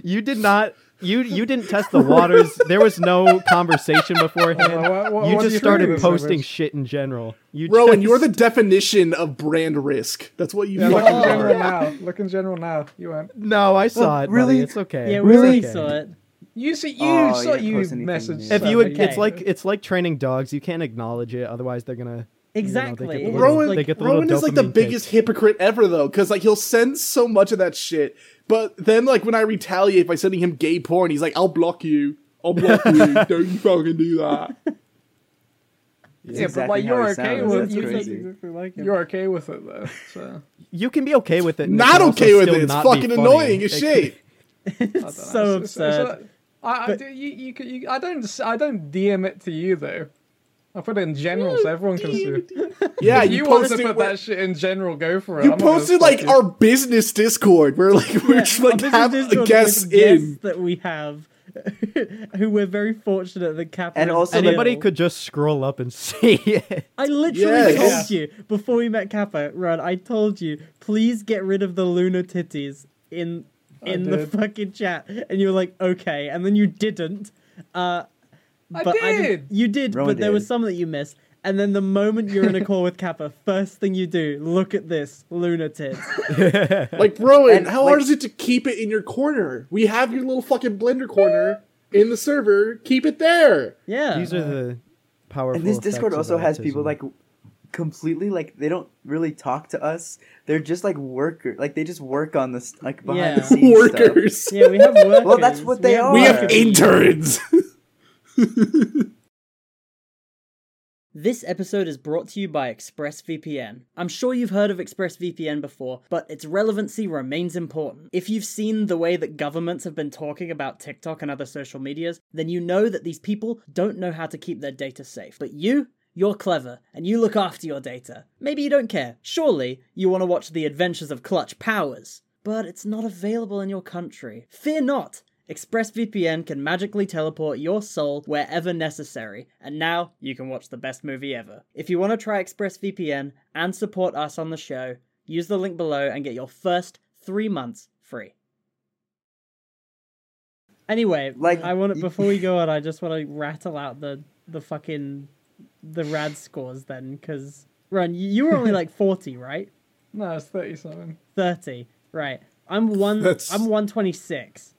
S3: you did not, you you didn't test the waters. There was no conversation beforehand.
S5: Well, wha- wha-
S3: you
S5: what do
S3: just
S5: you think
S3: started
S5: of this,
S3: posting
S5: Rivers?
S3: shit in general. You
S4: Rowan,
S3: just-
S4: you're the definition of brand risk. That's what you
S5: Yeah, look in
S4: fucking
S5: general
S4: are.
S5: now. Look in general now. You went.
S3: no. I saw
S1: Well,
S3: it.
S1: really?
S3: buddy. It's okay.
S2: Yeah,
S3: It's
S2: we really
S3: okay.
S2: saw it.
S5: You see, you
S1: Oh, you
S5: saw
S1: didn't
S5: you
S1: post anything
S5: messaged.
S1: new.
S3: If you would, it's
S2: Okay.
S3: like it's like training dogs. You can't acknowledge it, otherwise they're gonna
S2: Exactly.
S3: You know, they get the
S2: Well,
S3: little-
S4: Rowan,
S3: they get the little
S4: Rowan is like the
S3: dopamine kick.
S4: biggest hypocrite ever, though, because like he'll send so much of that shit, but then like when I retaliate by sending him gay porn, he's like, "I'll block you, I'll block you, don't you fucking do that."
S1: That's
S5: Yeah, but like
S1: exactly how
S5: you're
S1: he
S5: okay
S1: sounds.
S5: with
S1: That's
S5: you
S1: crazy.
S2: Exactly like it.
S5: you're okay with it though. So
S3: You can be okay with it. and
S4: Not
S3: can also
S4: okay with
S3: still
S4: it. It's
S3: not be
S4: fucking
S3: funny.
S4: annoying as
S3: It-
S4: shit.
S5: I
S2: It's
S5: dunno,
S2: so
S5: it's- it's- it's
S2: absurd.
S5: a- I, I do- you, you, could- you, I don't, I don't DM it to you though. I put it in general so everyone can see.
S4: Yeah,
S5: If
S4: you,
S5: you want to
S4: posted
S5: put
S4: where-
S5: that shit in general, go for it.
S4: you
S5: I'm not gonna
S4: posted
S5: stop
S4: like
S5: you.
S4: our business Discord where like we're just
S2: Our
S4: like
S2: business
S4: have
S2: is
S4: a
S2: sort of
S4: guest
S2: with guests
S4: in.
S2: that we have, who we're very fortunate that Cap
S1: And
S2: is
S1: also
S2: still-
S3: Anybody could just scroll up and see it.
S2: I literally
S4: Yes.
S2: told you before we met Kappa, Ron. I told you, please get rid of the lunar titties in in the
S5: did.
S2: fucking chat, and you were like, okay, and then you didn't. Uh,
S5: I
S2: but I
S5: did.
S2: you did,
S1: Rowan
S2: but there was
S1: did.
S2: some that you missed. And then the moment you're in a call with Kappa, first thing you do, look at this lunar tits.
S4: Like Rowan,
S1: And,
S4: how
S1: like-
S4: hard is it to keep it in your corner? We have your little fucking blender corner in the server. Keep it there.
S2: Yeah.
S3: These are the powerful.
S1: And this
S3: effects
S1: Discord
S3: of
S1: also has
S3: autism.
S1: people like completely like they don't really talk to us. They're just like worker, like they just work on this like behind the
S2: Yeah.
S1: scenes stuff.
S4: Workers.
S2: yeah, we have workers.
S1: Well, that's what they are.
S4: We have
S1: Workers.
S4: interns.
S2: This episode is brought to you by ExpressVPN. I'm sure you've heard of ExpressVPN before, but its relevancy remains important. If you've seen the way that governments have been talking about TikTok and other social medias, then you know that these people don't know how to keep their data safe. But you, you're clever, and you look after your data. Maybe you don't care. Surely, you want to watch The Adventures of Clutch Powers. But it's not available in your country. Fear not! ExpressVPN can magically teleport your soul wherever necessary, and now you can watch the best movie ever. If you want to try ExpressVPN and support us on the show, use the link below and get your first three months free. Anyway,
S1: Like-
S2: like I want to before we go on, I just want to rattle out the the fucking the rad scores then, because Ron, you- you were only like forty, right?
S5: No, it's thirty-seven.
S2: Thirty, right? I'm one.
S4: That's-
S2: I'm one twenty six.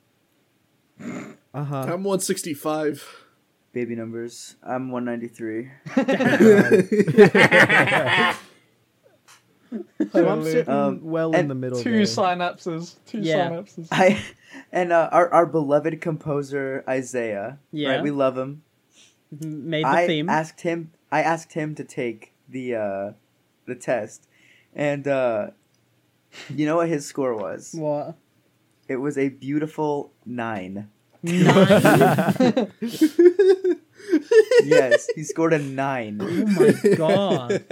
S3: Uh-huh.
S2: Uh,
S4: I'm 165.
S1: Baby numbers. I'm 193.
S3: So I'm
S5: Totally.
S3: sitting
S1: Um,
S3: well in
S1: and
S3: the middle.
S5: Two
S3: there.
S5: synapses. Two
S2: Yeah.
S5: synapses.
S1: I and uh, our our beloved composer Isaiah.
S2: Yeah.
S1: right? we love him.
S2: Made the
S1: I
S2: theme.
S1: asked him. I asked him to take the uh, the test, and uh, you know what his score was?
S2: What?
S1: It was a beautiful nine. yes, he scored a nine.
S2: Oh my god.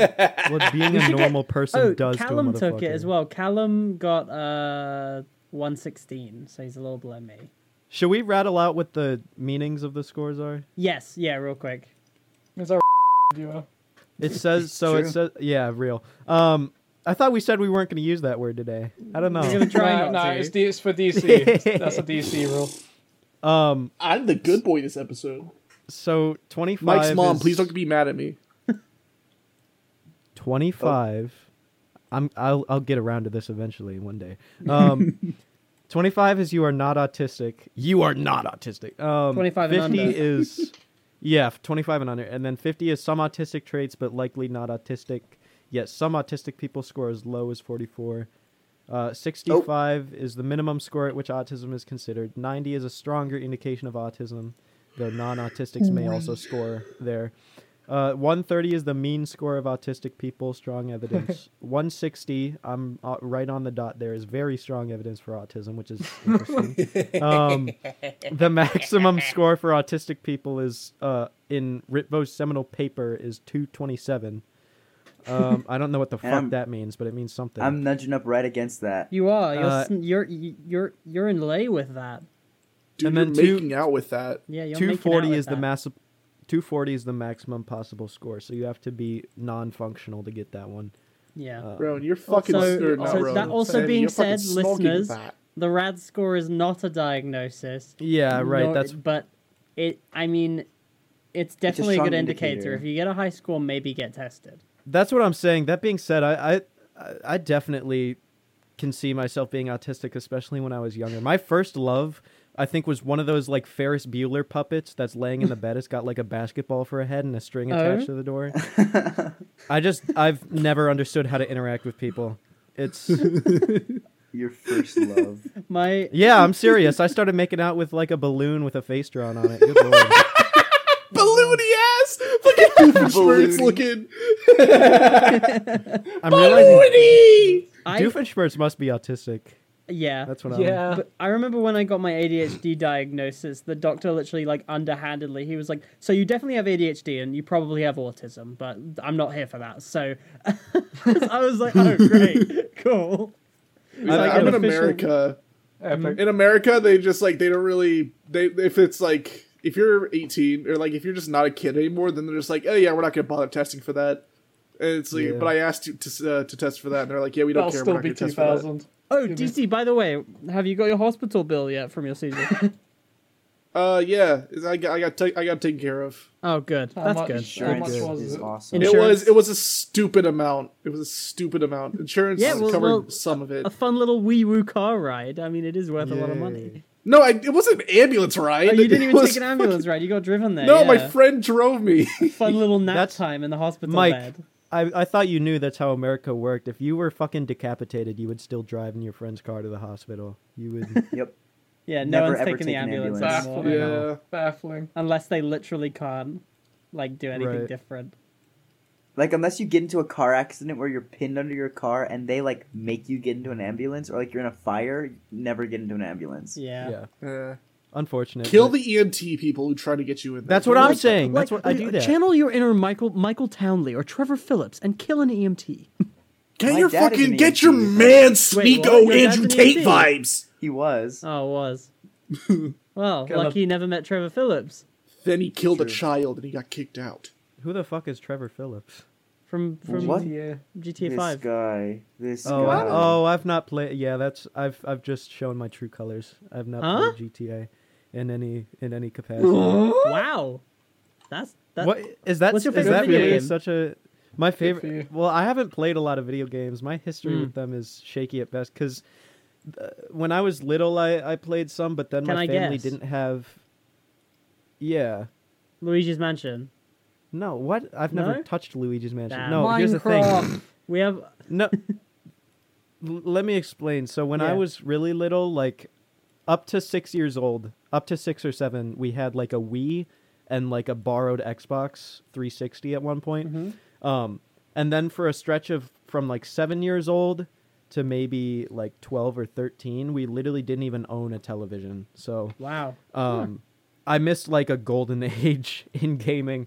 S3: What being a normal person
S2: oh,
S3: does
S2: Callum
S3: to a
S2: took it as
S3: motherfucker.
S2: well. Callum got uh 116, so he's a little below me.
S3: Should we rattle out what the meanings of the scores are?
S2: Yes, yeah, real quick.
S5: Is that you are?
S3: It says so. It
S1: True.
S3: says yeah, real. Um, I thought we said we weren't going to use that word today. I don't
S2: We're gonna
S3: know.
S2: try
S5: no,
S2: not
S5: no,
S2: to.
S5: It's, D- it's for DC. That's a DC rule.
S4: Mm.
S3: Um,
S4: I'm the good boy this episode.
S3: so twenty-five.
S4: Mike's mom,
S3: is-
S4: please don't be mad at me.
S3: Twenty-five. I'm. I'll. I'll get around to this eventually one day. Um, twenty-five is you are not autistic. You are not autistic. Um,
S2: 25 and
S3: Fifty
S2: under.
S3: is. Yeah, twenty-five and under, and then fifty is some autistic traits, but likely not autistic. Yet some autistic people score as low as forty-four. Uh,
S2: Oh.
S3: 65 is the minimum score at which autism is considered. 90 is a stronger indication of autism, though non autistics
S2: Oh
S3: may also score there. Uh, 130 is the mean score of autistic people, strong evidence. 160, I'm uh, right on the dot there, is very strong evidence for autism, which is interesting. um, the maximum score for autistic people is uh, in Ritvo's seminal paper is 227. Um, I don't know what the fuck
S1: I'm-
S3: that means, but it means something.
S1: I'm nudging up right against that.
S2: You are. You're,
S3: Uh,
S2: sn- you're you- you're you're in lay with that.
S4: Dude,
S3: And
S4: you're
S3: then two-
S4: making out with that.
S2: Yeah, you're making out
S3: 240
S2: with
S3: is the
S2: that.
S3: mass 240 is the maximum possible score, so you have to be non-functional to get that one.
S2: Yeah.
S3: Uh,
S4: Rowan, you're fucking.
S2: Also-
S4: or not
S2: also-
S4: Rowan,
S2: that also
S4: Sammy,
S2: being
S4: you're fucking
S2: said,
S4: smoking
S2: listeners-
S4: fat.
S2: the rad score is not a diagnosis.
S3: Yeah, right.
S2: nor-
S3: that's
S2: but it. I mean, it's definitely a,
S1: strong
S2: good indicator.
S1: indicator.
S2: If you get a high score, maybe get tested.
S3: that's what I'm saying. That being said, I I- I I definitely can see myself being autistic, especially when I was younger. My first love, I think, was one of those like Ferris Bueller puppets that's laying in the bed. It's got like a basketball for a head and a string attached
S2: Oh.
S3: to the door. I just I've never understood how to interact with people. It's
S1: Your first love.
S2: Oh My
S3: yeah, I'm serious. I started making out with like a balloon with a face drawn on it. Good lord.
S4: Balloony ass, fucking Doofenshmirtz
S1: Balloony.
S4: looking.
S3: I'm realizing
S2: I
S3: Doofenshmirtz must be autistic.
S2: yeah.
S3: That's what I'm.
S5: Yeah.
S2: But I remember when I got my ADHD diagnosis, the doctor literally like underhandedly he was like, "So you definitely have ADHD and you probably have autism, but I'm not here for that." So I was like, "Oh, great, cool."
S4: Yeah,
S3: like
S4: I'm
S3: an
S4: in
S2: official-
S4: America.
S5: Epic.
S4: In America, they just like they don't really they if it's like if you're 18 or like if you're just not a kid anymore, then they're just like, oh yeah, we're not gonna bother testing for that. And it's like,
S3: Yeah.
S4: but I asked you to uh, to test for that, and they're like, yeah, we don't
S5: That'll
S4: care.
S5: still
S4: we're not
S5: be
S4: gonna
S5: two
S4: test for that.
S5: thousand.
S2: Oh, DC, by the way, have you got your hospital bill yet from your seizure?
S4: Uh, yeah, I got I got ta- I got taken care of.
S2: oh, good.
S5: How
S2: That's
S5: much?
S2: good.
S5: Sure. much
S1: Insurance
S5: was
S1: is
S5: it?
S1: awesome.
S2: Insur-
S4: It
S2: Insurance-
S4: was it was a stupid amount. It was a stupid amount. Insurance
S2: Yeah, well,
S4: covered
S2: well, uh,
S4: some of it.
S2: A fun little wee woo car ride. I mean, it is worth a lot of money.
S4: no, I, it wasn't an ambulance ride.
S2: Oh, you didn't
S4: It
S2: even
S4: was
S2: take an ambulance ride. You got driven there.
S4: fucking- No,
S2: yeah.
S4: my friend drove me.
S2: fun little nap
S3: That's-
S2: time in the hospital
S3: Mike,
S2: bed.
S3: I, I thought you knew that's how America worked. If you were fucking decapitated, you would still drive in your friend's car to the hospital. You would.
S1: Yep.
S2: Yeah, no
S1: Never
S2: one's
S1: ever
S2: taking the
S1: take an
S2: ambulance,
S1: ambulance.
S2: anymore
S5: Baffling.
S4: yeah.
S5: Baffling.
S2: unless they literally can't like do anything
S3: Right.
S2: different.
S1: Like unless you get into a car accident where you're pinned under your car and they like make you get into an ambulance or like you're in a fire, you never get into an ambulance.
S2: Yeah.
S3: yeah.
S4: Yeah.
S3: Unfortunate.
S4: Kill
S3: but-
S4: the EMT people who try to get you in. There.
S3: That's what I'm saying. That's what I
S4: uh,
S3: do. That.
S2: uh, Channel your inner Michael Michael Townley or Trevor Phillips and kill an E EMT.
S4: Get
S1: My
S4: your
S1: dad is
S4: fucking
S1: an
S4: get your
S1: EMT.
S4: man Sneeko
S2: Your dad's
S4: Andrew
S2: an
S4: Tate
S2: EMT?
S4: vibes.
S1: He was.
S2: Oh, it was. Well,
S5: Kill
S2: lucky you never met Trevor Phillips
S4: Then he killed a child and he got kicked out.
S3: Who the fuck is Trevor Phillips?
S2: from from
S1: What?
S5: Yeah.
S2: GTA
S1: this
S2: Five.
S1: guy. This
S3: Oh,
S1: guy.
S3: I, oh, I've not played. Yeah, that's. I've I've just shown my true colors. I've not
S2: Huh?
S3: played GTA in any in any capacity.
S2: Wow, that's that.
S3: what is that?
S2: What's your
S3: is
S2: favorite
S3: that
S2: video
S3: really
S2: game?
S3: such a my
S5: for you.
S3: favorite? Well, I haven't played a lot of video games. My history
S2: Hmm.
S3: with them is shaky at best because when I was little, I I played some, but then
S2: Can
S3: my
S2: I
S3: family
S2: guess?
S3: didn't have. Yeah.
S2: Luigi's Mansion.
S3: No, what? I've
S2: No?
S3: never touched Luigi's Mansion.
S2: Damn.
S3: No, here's the thing.
S2: We have
S3: No. L- let me explain. So when I
S2: Yeah.
S3: was really little, like up to 6 years old, up to 6 or 7, we had like a Wii and like a borrowed Xbox 360 at one point. Um and then for a stretch of from like 7 years old to maybe like 12 or 13, we literally didn't even own a television. So
S2: wow.
S3: um, I missed like a golden age in gaming,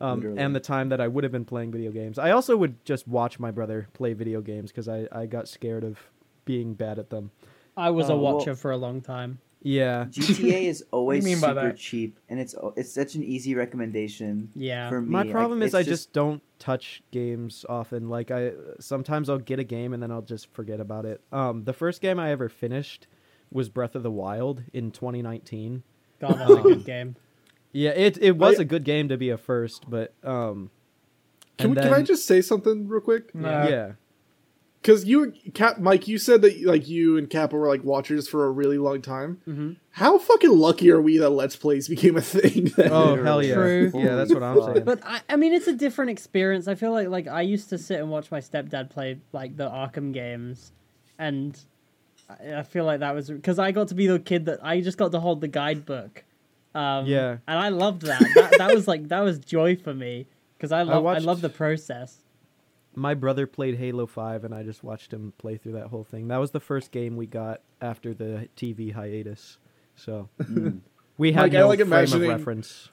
S3: um,
S1: Literally.
S3: and the time that I would have been playing video games. I also would just watch my brother play video games because I, I got scared of being bad at them.
S2: I was
S1: uh,
S2: a watcher
S1: well-
S2: for a long time.
S3: Yeah,
S1: GTA is always
S5: What do you mean by
S1: super
S5: that?
S1: cheap, and it's it's such an easy recommendation.
S2: Yeah.
S1: For me,
S3: my
S1: Like,
S3: problem is
S1: it's
S3: I just don't touch games often. Like I sometimes I'll get a game and then I'll just forget about it. Um, the first game I ever finished was Breath of the Wild in 2019.
S2: God, that's a good game.
S3: Yeah, it it was
S4: I-
S3: a good game to be a first, but um,
S4: Can,
S3: and
S4: we, can I
S3: then-
S4: just say something real quick?
S5: No.
S3: yeah.
S4: Because you, Cap, Mike, you said that like you and Kappa were like watchers for a really long time. How fucking lucky are we that Let's Plays became a thing? then?
S3: Oh hell yeah!
S2: True.
S3: Yeah, that's what I'm
S1: Holy
S3: saying.
S2: But I, I mean, it's a different experience. I feel like like I used to sit and watch my stepdad play like the Arkham games, and I, I feel like that was because I got to be the kid that I just got to hold the guidebook. Um,
S3: Yeah.
S2: and I loved that. that. That was like that was joy for me because I love I,
S3: watched-
S2: love the process.
S3: My brother played Halo Five, and I just watched him play through that whole thing. That was the first game we got after the TV hiatus, so we had
S4: Like, I Mm.
S3: no
S4: like
S3: frame of
S4: imagining-
S3: reference.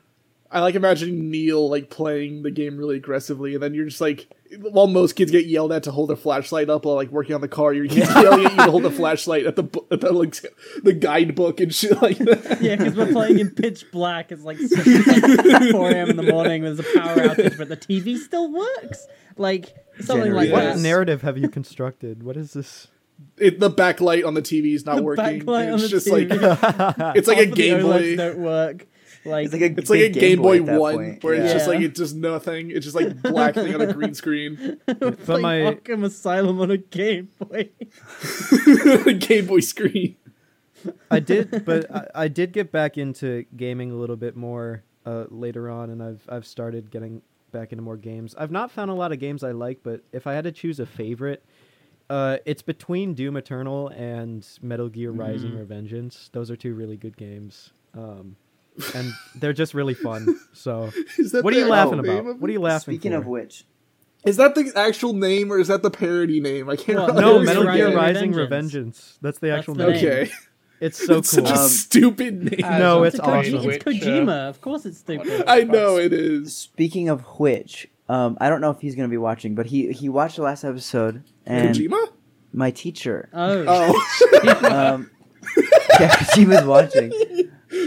S4: I like imagining Neil like playing the game really aggressively, and then you're just like, while most kids get yelled at to hold their flashlight up while like working on the car, you're yelling at you to hold the flashlight at the bu- at the, like, the guidebook and shit like that.
S2: Yeah, because we're playing in pitch black. It's like, six- it's like 4 a.m. in the morning. There's a power outage, but the TV still works. Like something like
S3: What
S4: Yes.
S2: that.
S3: narrative have you constructed? What is this?
S4: It, the backlight on the TV is not
S2: The
S4: working.
S2: backlight on
S4: It's
S2: the
S4: just
S2: TV.
S4: like it's like a
S2: Half of the
S4: Game Boy.
S2: OLEDs don't work. Like,
S1: It's like a,
S4: It's like a
S1: big
S4: Game Boy,
S1: at that
S4: One,
S1: point.
S4: where it's
S1: Yeah.
S4: just like
S2: Yeah.
S4: it's just nothing. It's just like black thing on a green screen,
S3: But
S2: like
S3: my-
S2: Arkham Asylum on a Game Boy.
S4: Game Boy screen.
S3: I did, but I, I did get back into gaming a little bit more uh, later on, and I've I've started getting back into more games. I've not found a lot of games I like, but if I had to choose a favorite, uh, it's between Doom Eternal and Metal Gear Rising:
S2: Mm-hmm.
S3: Revengeance. Those are two really good games, um, and they're just really fun. So,
S4: Is that
S3: what are you
S4: the
S3: laughing
S4: actual name
S3: about?
S4: of
S3: What are
S4: it?
S3: you laughing?
S1: Speaking
S3: for?
S1: of which,
S4: Is that the actual name or is that the parody name? I can't.
S2: Well,
S4: remember.
S3: no,
S2: Metal
S3: Metal Gear
S2: Gear
S3: Rising:
S2: Revengeance.
S3: Revengeance. That's the
S2: That's
S3: actual
S2: the name.
S3: name.
S4: Okay,
S3: It's so
S4: it's
S3: cool.
S4: such a
S1: Um,
S4: stupid name.
S6: Uh,
S3: no,
S6: it's
S3: it's
S6: a
S3: awesome.
S6: Koji-
S2: It's
S6: Which, uh,
S2: Kojima. Of course it's stupid.
S4: I know it is.
S1: speaking of which, um, I don't know if he's gonna be watching, but he he watched the last episode, and
S4: Kojima.
S1: my teacher,
S2: Oh,
S4: Oh,
S1: um, yeah, Kojima's watching.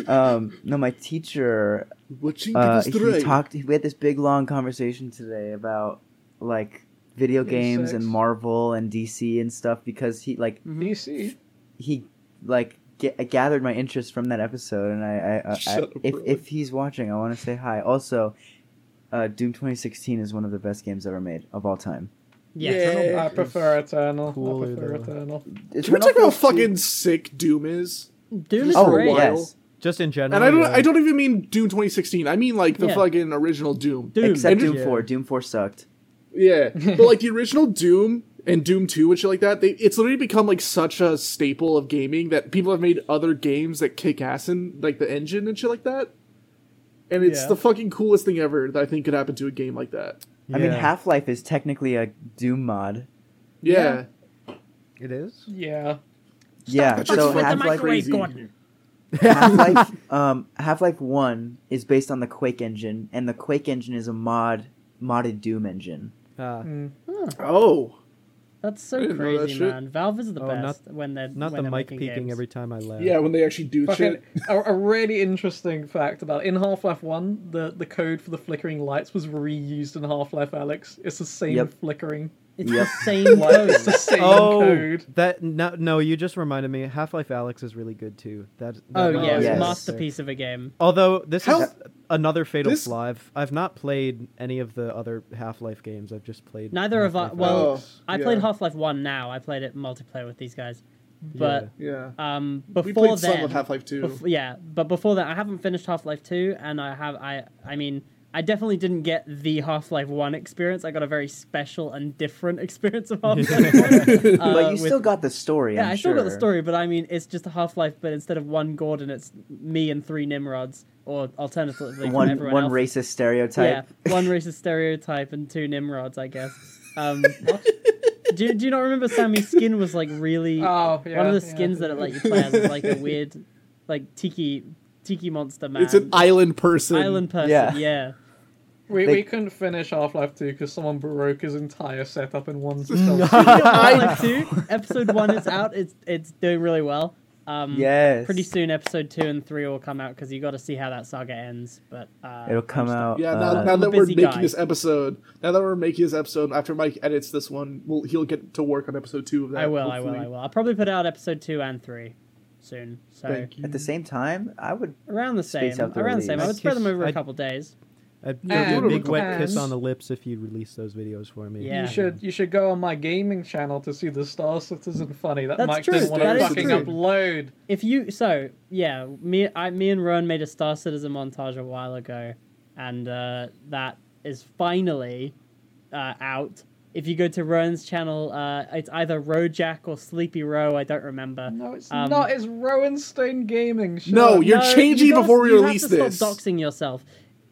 S1: Um, no, my teacher
S4: watching
S1: uh,
S4: uh,
S1: he talked. We had this big long conversation today about like video games
S6: sex.
S1: and Marvel and DC and stuff because he like
S6: DC.
S1: he like ga- gathered my interest from that episode, and I, I, I, I
S4: Shut up,
S1: if
S4: Rowan.
S1: if he's watching, I want to say hi. Also, uh, Doom 2016 is one of the best games ever made of all time.
S4: Oh,
S2: yeah.
S6: I prefer Eternal.
S3: cooler
S6: I prefer
S3: than-
S6: Eternal.
S4: Should we
S1: Eternal
S4: talk about how
S1: Force two-
S4: fucking sick Doom is?
S2: Doom is
S1: Oh
S4: for a
S2: great.
S4: while.
S1: yes,
S3: Just in general,
S4: And
S3: uh,
S4: I don't.
S3: yeah.
S4: I don't even mean Doom 2016. I mean like the
S2: Yeah.
S4: fucking original Doom.
S2: Doom.
S1: except
S4: And
S1: Doom
S3: it-
S1: 4. Doom 4 sucked.
S4: Yeah, but like the original Doom and Doom Two and shit like that, they it's literally become like such a staple of gaming that people have made other games that kick ass in like the engine and shit like that. And it's
S2: Yeah.
S4: the fucking coolest thing ever that I think could happen to a game like that.
S1: I mean,
S3: Yeah.
S1: Half Life is technically a Doom mod.
S4: Yeah,
S3: it is.
S6: Yeah.
S1: yeah,
S4: fucking
S1: so
S4: with the
S1: Half Life
S4: crazy.
S1: Half Life um, Half Life One is based on the Quake engine, and the Quake engine is a mod modded Doom engine.
S3: Uh,
S4: Oh,
S2: That's
S4: I
S2: so
S4: didn't know that
S2: crazy,
S4: shit.
S2: man. Valve is the
S3: Oh, not-
S2: best when they're
S3: Not
S2: when
S3: the
S2: they're
S3: mic
S2: making
S3: peeking
S2: games.
S3: every time I laugh.
S4: yeah, when they actually do
S6: Fucking
S4: shit.
S6: a, a really interesting fact about in Half Life One, the the code for the flickering lights was reused in Half Life Alex. It's the same
S1: Yep.
S6: flickering.
S2: It's
S1: Yep.
S2: the same code.
S6: It's the same
S3: Oh,
S6: code.
S3: that no, no, you just reminded me. Half Life Alex is really good too. That, that
S2: Oh
S3: might
S2: yeah,
S3: be
S1: Yes.
S2: masterpiece of a game.
S3: Although this
S4: How-
S3: is another fatal
S4: this-
S3: flaw. I've, I've not played any of the other Half Life games. I've just played.
S2: Neither of I.
S3: Half-Life
S2: Well,
S3: Alex.
S4: Oh,
S2: I played
S4: yeah.
S2: Half Life One. Now I played it multiplayer with these guys, but
S4: Yeah,
S2: um,
S4: we
S2: before
S4: played
S2: then,
S4: some of Half Life Two.
S2: Bef- yeah, but before that, I haven't finished Half Life Two, and I have I I mean, I definitely didn't get the Half Life One experience. I got a very special and different experience of Half Life. One. Uh,
S1: but you
S2: with-
S1: still got the story.
S2: yeah,
S1: I'm
S2: I still got the
S1: sure.
S2: story, but I mean, it's just a Half Life, but instead of one Gordon, it's me and three Nimrods, or alternatively,
S1: One
S2: everyone
S1: one
S2: else.
S1: racist stereotype.
S2: Yeah, one racist stereotype and two Nimrods, I guess. Um, do, you- do you not remember Sammy's skin was like really
S6: Oh, yeah,
S2: one of the
S6: yeah.
S2: skins that it let you play as was, like a weird, like tiki tiki monster man,
S4: It's an island person.
S2: island person. Yeah,
S1: Yeah.
S6: We,
S1: They-
S6: we couldn't finish Half Life 2 because someone broke his entire setup in one
S2: Half
S4: I,
S2: Life Two episode one is out. It's it's doing really well. Um,
S1: Yes.
S2: Pretty soon, episode two and three will come out because you got to see how that saga ends. But uh,
S1: It'll come out.
S4: yeah, now,
S1: uh,
S4: now that
S2: I'm a
S4: we're
S2: busy
S4: making
S2: guy.
S4: this episode, now that we're making this episode, after Mike edits this one, we'll, he'll get to work on episode two of that.
S2: I will, I will,
S4: hopefully.
S2: I will. I'll probably put out episode two and three soon. So
S4: Thank you.
S1: at the same time, I would.
S2: Around the same.
S1: Space out the
S2: Around the same. I
S1: release.
S2: would spread them over a
S3: I'd-
S2: couple days.
S3: I'd give
S6: Yeah,
S3: you
S6: do
S3: a
S6: it
S3: big
S6: with
S3: wet kiss
S6: hands.
S3: on the lips if you release those videos for me.
S2: Yeah.
S6: You should you should go on my gaming channel to see the Star Citizen funny that
S2: That's
S6: Mike
S2: true,
S6: didn't want
S2: that
S6: to
S2: is
S6: fucking
S4: true.
S6: upload.
S2: If you so yeah, me I me and Rowan made a Star Citizen montage a while ago, and uh, that is finally uh, out. If you go to Rowan's channel, uh, it's either Rojack or Sleepy Row. I don't remember.
S6: No, it's
S2: Um,
S6: not. It's Rowan Stone Gaming. shut
S4: No,
S6: up.
S4: you're
S2: No,
S4: changing
S2: you gotta-
S4: before we
S2: you
S4: release
S2: have to
S4: this.
S2: Stop doxing yourself.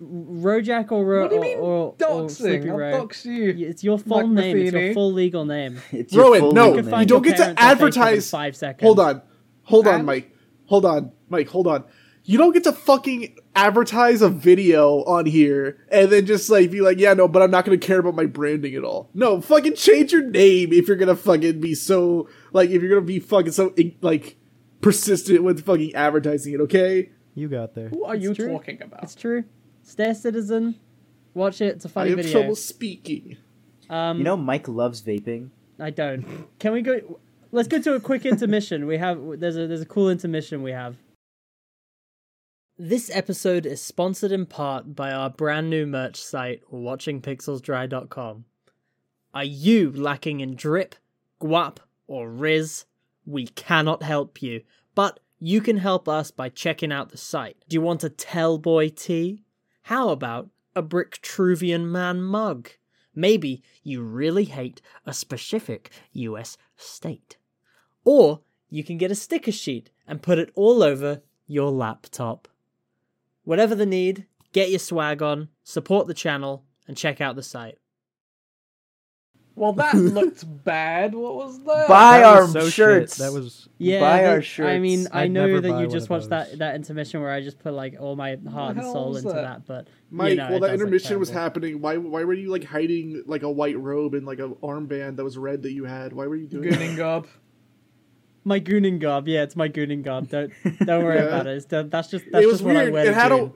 S2: Rojack or Row
S6: What do you
S2: or,
S6: mean
S2: or, or
S6: doxing?
S2: Sleepy
S6: I'll
S2: Row.
S6: dox you.
S2: It's your full
S6: Mike
S2: name. It's your
S6: Matheny.
S2: full legal name.
S1: It's your
S4: Rowan,
S1: full
S4: no,
S1: legal
S2: could
S4: you
S1: name.
S2: find
S4: don't
S2: your
S4: get to
S2: parents on Facebook in
S4: advertise.
S2: five seconds.
S4: Hold on, hold on,
S6: And-
S4: Mike. Hold on, Mike. Hold on. you don't get to fucking advertise a video on here and then just like be like, yeah, no, but I'm not gonna care about my branding at all. No, fucking change your name if you're gonna fucking be so like if you're gonna be fucking so like persistent with fucking advertising it. Okay,
S3: You got there.
S6: What are
S2: It's
S6: you
S2: true.
S6: talking about?
S2: It's true. Stay citizen. Watch it. It's a
S4: I
S2: funny
S4: have
S2: video.
S4: trouble speaking.
S2: Um,
S1: You know, Mike loves vaping.
S2: I don't. Can we go? Let's go to a quick intermission. We have there's a there's a cool intermission we have. This episode is sponsored in part by our brand new merch site, watchingpixelsdry.com. Are you lacking in drip, guap, or riz? We cannot help you, but you can help us by checking out the site. Do you want a Tellboy tea? How about a Bricktruvian Man mug? Maybe you really hate a specific US state. Or you can get a sticker sheet and put it all over your laptop. Whatever the need, get your swag on, support the channel, and check out the site.
S6: Well, that looked bad. What was that?
S1: Buy
S3: That
S1: our
S3: was so shit.
S1: shirts.
S3: That was
S2: Yeah,
S1: Buy our
S2: that- I mean,
S1: shirts.
S2: I
S3: I'd
S2: know
S3: never
S2: that
S3: buy
S2: you
S3: one
S2: just
S3: of
S2: watched that,
S3: those.
S2: that intermission where I just put like all my heart and
S6: hell
S2: soul
S6: was
S2: into that,
S6: that?
S2: but
S4: Mike,
S2: you know,
S4: while that
S2: it does look
S4: intermission was
S2: terrible.
S4: happening, why why were you like hiding like a white robe and like an armband that was red that you had? Why were you doing that?
S6: Gooning gob.
S2: my gooning garb, yeah, it's my gooning garb. Don't don't worry
S4: Yeah.
S2: about it. It's, that's just that's
S4: it was
S2: just what I
S4: weird.
S2: wear.
S4: It
S2: to
S4: had a
S2: Goon.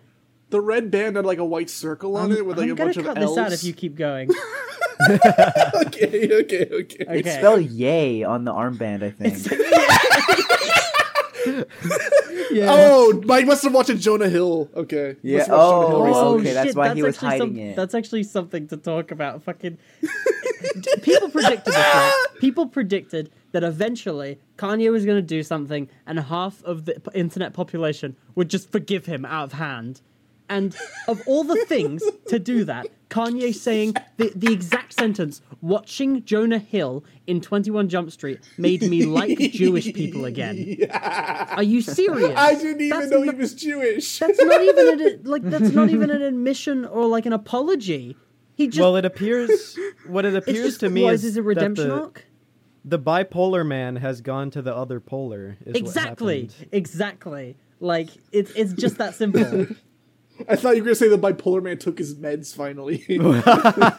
S4: the red band had like a white circle on
S2: I'm,
S4: it with like
S2: I'm
S4: a
S2: gonna
S4: bunch of
S2: cut
S4: L's.
S2: this out if you keep going.
S4: okay, okay, okay.
S2: Okay.
S1: It's spelled yay on the armband, I think.
S2: yeah.
S4: Oh, Mike must have watched a Jonah Hill. Okay.
S1: Yeah,
S4: Must have watched Jonah Hill
S1: oh,
S4: recently.
S1: okay, that's why he was
S2: actually
S1: hiding
S2: some-
S1: it.
S2: That's actually something to talk about. Fucking people predicted this. right? People predicted that eventually Kanye was going to do something, and half of the p- internet population would just forgive him out of hand. And of all the things to do that, Kanye saying the, the exact sentence, watching Jonah Hill in 21 Jump Street made me like Jewish people again. Are you serious?
S4: I didn't even
S2: That's
S4: know
S2: not-
S4: he was Jewish.
S2: that's not even an, like that's not even an admission or like an apology. He just
S3: well. It appears what it
S2: it's
S3: appears
S2: just
S3: to me
S2: was
S3: is
S2: a
S3: that
S2: redemption
S3: the,
S2: arc.
S3: the bipolar man has gone to the other polar. Is what
S2: Exactly,
S3: happened.
S2: exactly. Like it's it's just that simple.
S4: I thought you were gonna say the bipolar man took his meds finally.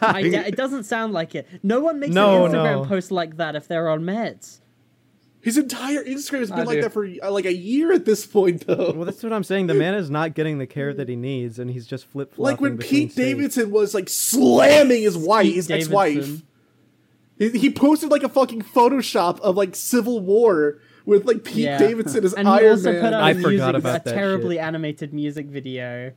S2: I d- it doesn't sound like it. No one makes
S3: No,
S2: an Instagram
S3: no.
S2: post like that if they're on meds.
S4: his entire Instagram has been
S6: I
S4: like
S6: do.
S4: that for uh, like a year at this point, though.
S3: Well, that's what I'm saying. The man is not getting the care that he needs, and he's just flip flopping.
S4: like when Pete Davidson was like slamming his wife, his
S2: Pete
S4: ex-wife.
S2: Davidson.
S4: He he posted like a fucking Photoshop of like Civil War with like Pete
S2: Yeah.
S4: Davidson as
S2: And he
S4: Iron
S2: also
S4: Man.
S2: put out
S3: I
S2: a,
S3: forgot
S2: music,
S3: about
S2: a
S3: that
S2: terribly
S3: shit.
S2: animated music video.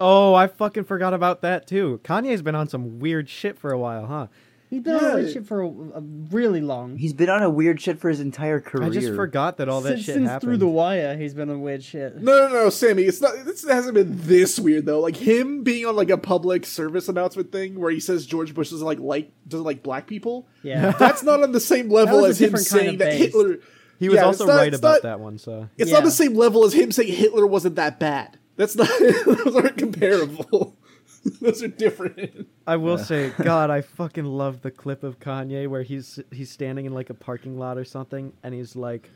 S3: Oh, I fucking forgot about that too. Kanye's been on some weird shit for a while, huh?
S2: He's been
S4: Yeah.
S2: on that shit for a, a really long.
S1: He's been on a weird shit for his entire career.
S3: I just forgot that all that
S2: since
S3: shit
S2: since
S3: happened.
S2: through the wire, he's been on weird shit.
S4: No, no, no, Sammy. It's not. This hasn't been this weird though. Like him being on like a public service announcement thing where he says George Bush doesn't like like doesn't like black people.
S2: Yeah.
S4: That's not on the same level
S2: That was
S4: as
S2: a
S4: him
S2: different kind
S4: saying
S2: of
S4: that
S2: base.
S4: Hitler.
S3: he was
S4: Yeah,
S3: also
S4: it's not-
S3: right
S4: it's
S3: about
S4: not-
S3: that one. So
S4: It's not
S2: Yeah.
S4: the same level as him saying Hitler wasn't that bad. That's not. those aren't comparable. those are different.
S3: I will say, God, I fucking love the clip of Kanye where he's he's standing in like a parking lot or something, and he's like,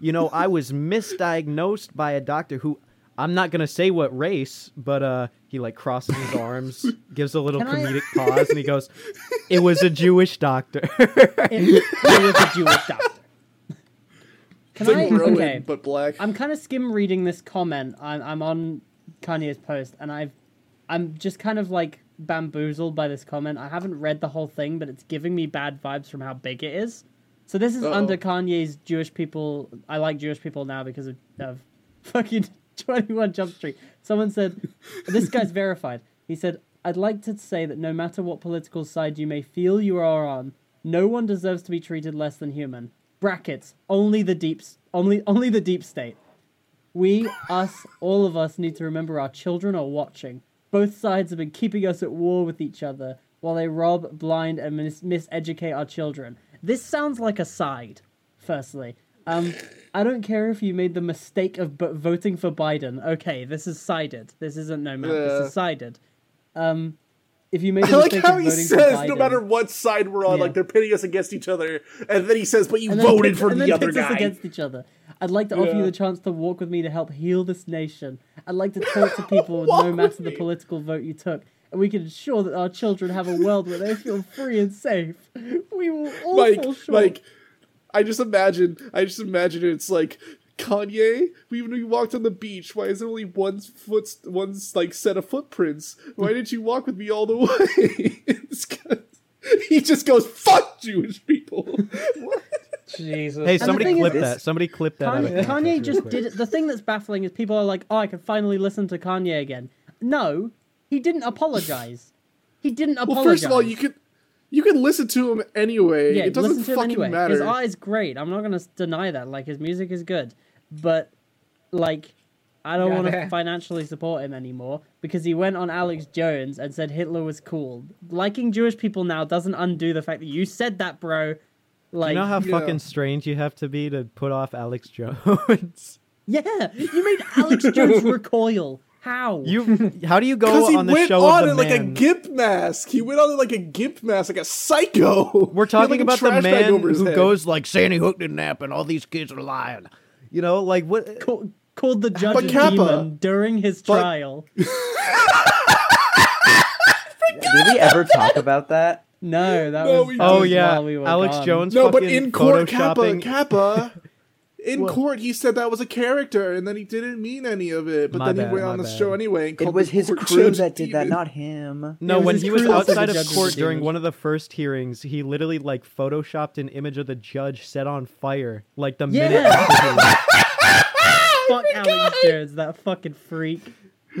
S3: you know, I was misdiagnosed by a doctor who. I'm not gonna say what race, but uh, he like crosses his arms, gives a little
S2: Can I-
S3: comedic pause, and he goes, "It was a Jewish doctor."
S2: it, it was a Jewish doctor. Can
S4: It's like
S2: I?
S4: Rowan,
S2: Okay,
S4: but black.
S2: I'm kind of skim reading this comment. I'm I'm on Kanye's post, and I've I'm just kind of like bamboozled by this comment. I haven't read the whole thing, but it's giving me bad vibes from how big it is. So this is
S4: Uh-oh.
S2: under Kanye's Jewish people. I like Jewish people now because of, of fucking Twenty One Jump Street. Someone said this guy's verified. He said, "I'd like to say that no matter what political side you may feel you are on, no one deserves to be treated less than human." Brackets. Only the deep. Only only the deep state. We, us, all of us need to remember our children are watching. Both sides have been keeping us at war with each other while they rob, blind, and mis- miseducate our children. This sounds like a side, firstly. Um, I don't care if you made the mistake of b- voting for Biden. Okay, this is sided. This isn't no man. This
S4: Yeah.
S2: is sided. Um, if you made
S4: I
S2: the
S4: like
S2: mistake
S4: how
S2: of
S4: he
S2: voting for
S4: says,
S2: Biden,
S4: no matter what side we're on,
S2: Yeah.
S4: like they're pitting us against each other, and then he says, "But you
S2: and then
S4: voted
S2: pits-
S4: for
S2: and
S4: the
S2: then
S4: other
S2: pits us
S4: guy."
S2: against each other. I'd like to offer you the chance to walk with me to help heal this nation. I'd like to talk to people no matter the political vote you took, and we can ensure that our children have a world where they feel free and safe. We will all
S4: Mike,
S2: fall short.
S4: Mike, I just imagine, I just imagine it's like Kanye. We when we walked on the beach. Why is there only one foot, one like set of footprints? Why didn't you walk with me all the way? It's kind of- he just goes fuck Jewish people. What?
S6: Jesus.
S3: Hey,
S2: the
S3: somebody
S2: thing
S3: clip
S2: is-
S3: that. Somebody clip that. out of
S2: Kanye,
S3: context real
S2: Kanye just
S3: quick.
S2: did it. The thing that's baffling is people are like, "Oh, I can finally listen to Kanye again." No, he didn't apologize. He didn't apologize.
S4: Well, first of all, you could you can listen to him anyway.
S2: yeah,
S4: it doesn't
S2: listen to him
S4: fucking
S2: anyway.
S4: matter.
S2: His art is great. I'm not gonna s- deny that. Like his music is good, but like I don't
S6: Yeah,
S2: want to
S6: man.
S2: financially support him anymore because he went on Alex Jones and said Hitler was cool. Liking Jewish people now doesn't undo the fact that you said that, bro. Like
S3: You know how
S4: Yeah.
S3: fucking strange you have to be to put off Alex Jones.
S2: yeah, you made Alex Jones recoil. How
S3: you how do you
S4: Because
S3: go
S4: he
S3: on the
S4: went
S3: show
S4: on
S3: of
S4: it
S3: the
S4: like a
S3: man?
S4: gimp mask. He went on it like a gimp mask, like a psycho.
S3: We're
S4: He had,
S3: talking
S4: like, a
S3: about the
S4: trash bag
S3: man
S4: over his
S3: who
S4: head.
S3: goes like Sandy Hook didn't happen. All these kids are lying. You know, like what?
S2: Ca- called the judge
S4: But
S2: a
S4: Kappa-
S2: demon during his
S4: but-
S2: trial?
S1: Did we ever talk about that?
S2: No, that
S4: No,
S2: was
S4: we
S2: that
S3: Oh
S2: was
S3: yeah,
S2: while we were
S3: Alex
S2: gone.
S3: Jones.
S4: No, but
S3: fucking
S4: in court, Kappa,
S3: photoshopping-
S4: Kappa. In court, he said that was a character, and then he didn't mean any of it. But
S3: My
S4: then
S3: bad,
S4: he went
S3: my
S4: on the
S3: bad.
S4: show anyway. And
S1: It
S4: called
S1: was
S4: the
S1: his
S4: court
S1: crew
S4: judge
S1: that did that,
S4: demon.
S1: not him.
S2: It
S3: No,
S2: was
S3: when
S2: his
S3: he was
S2: crew that said
S3: outside
S2: the
S3: of
S2: judge was
S3: court
S2: a
S3: during
S2: demon.
S3: one of the first hearings, he literally like photoshopped an image of the judge set on fire, like the minute.
S2: Yeah.
S3: after
S2: Fuck Alex Jones, that fucking freak.
S3: he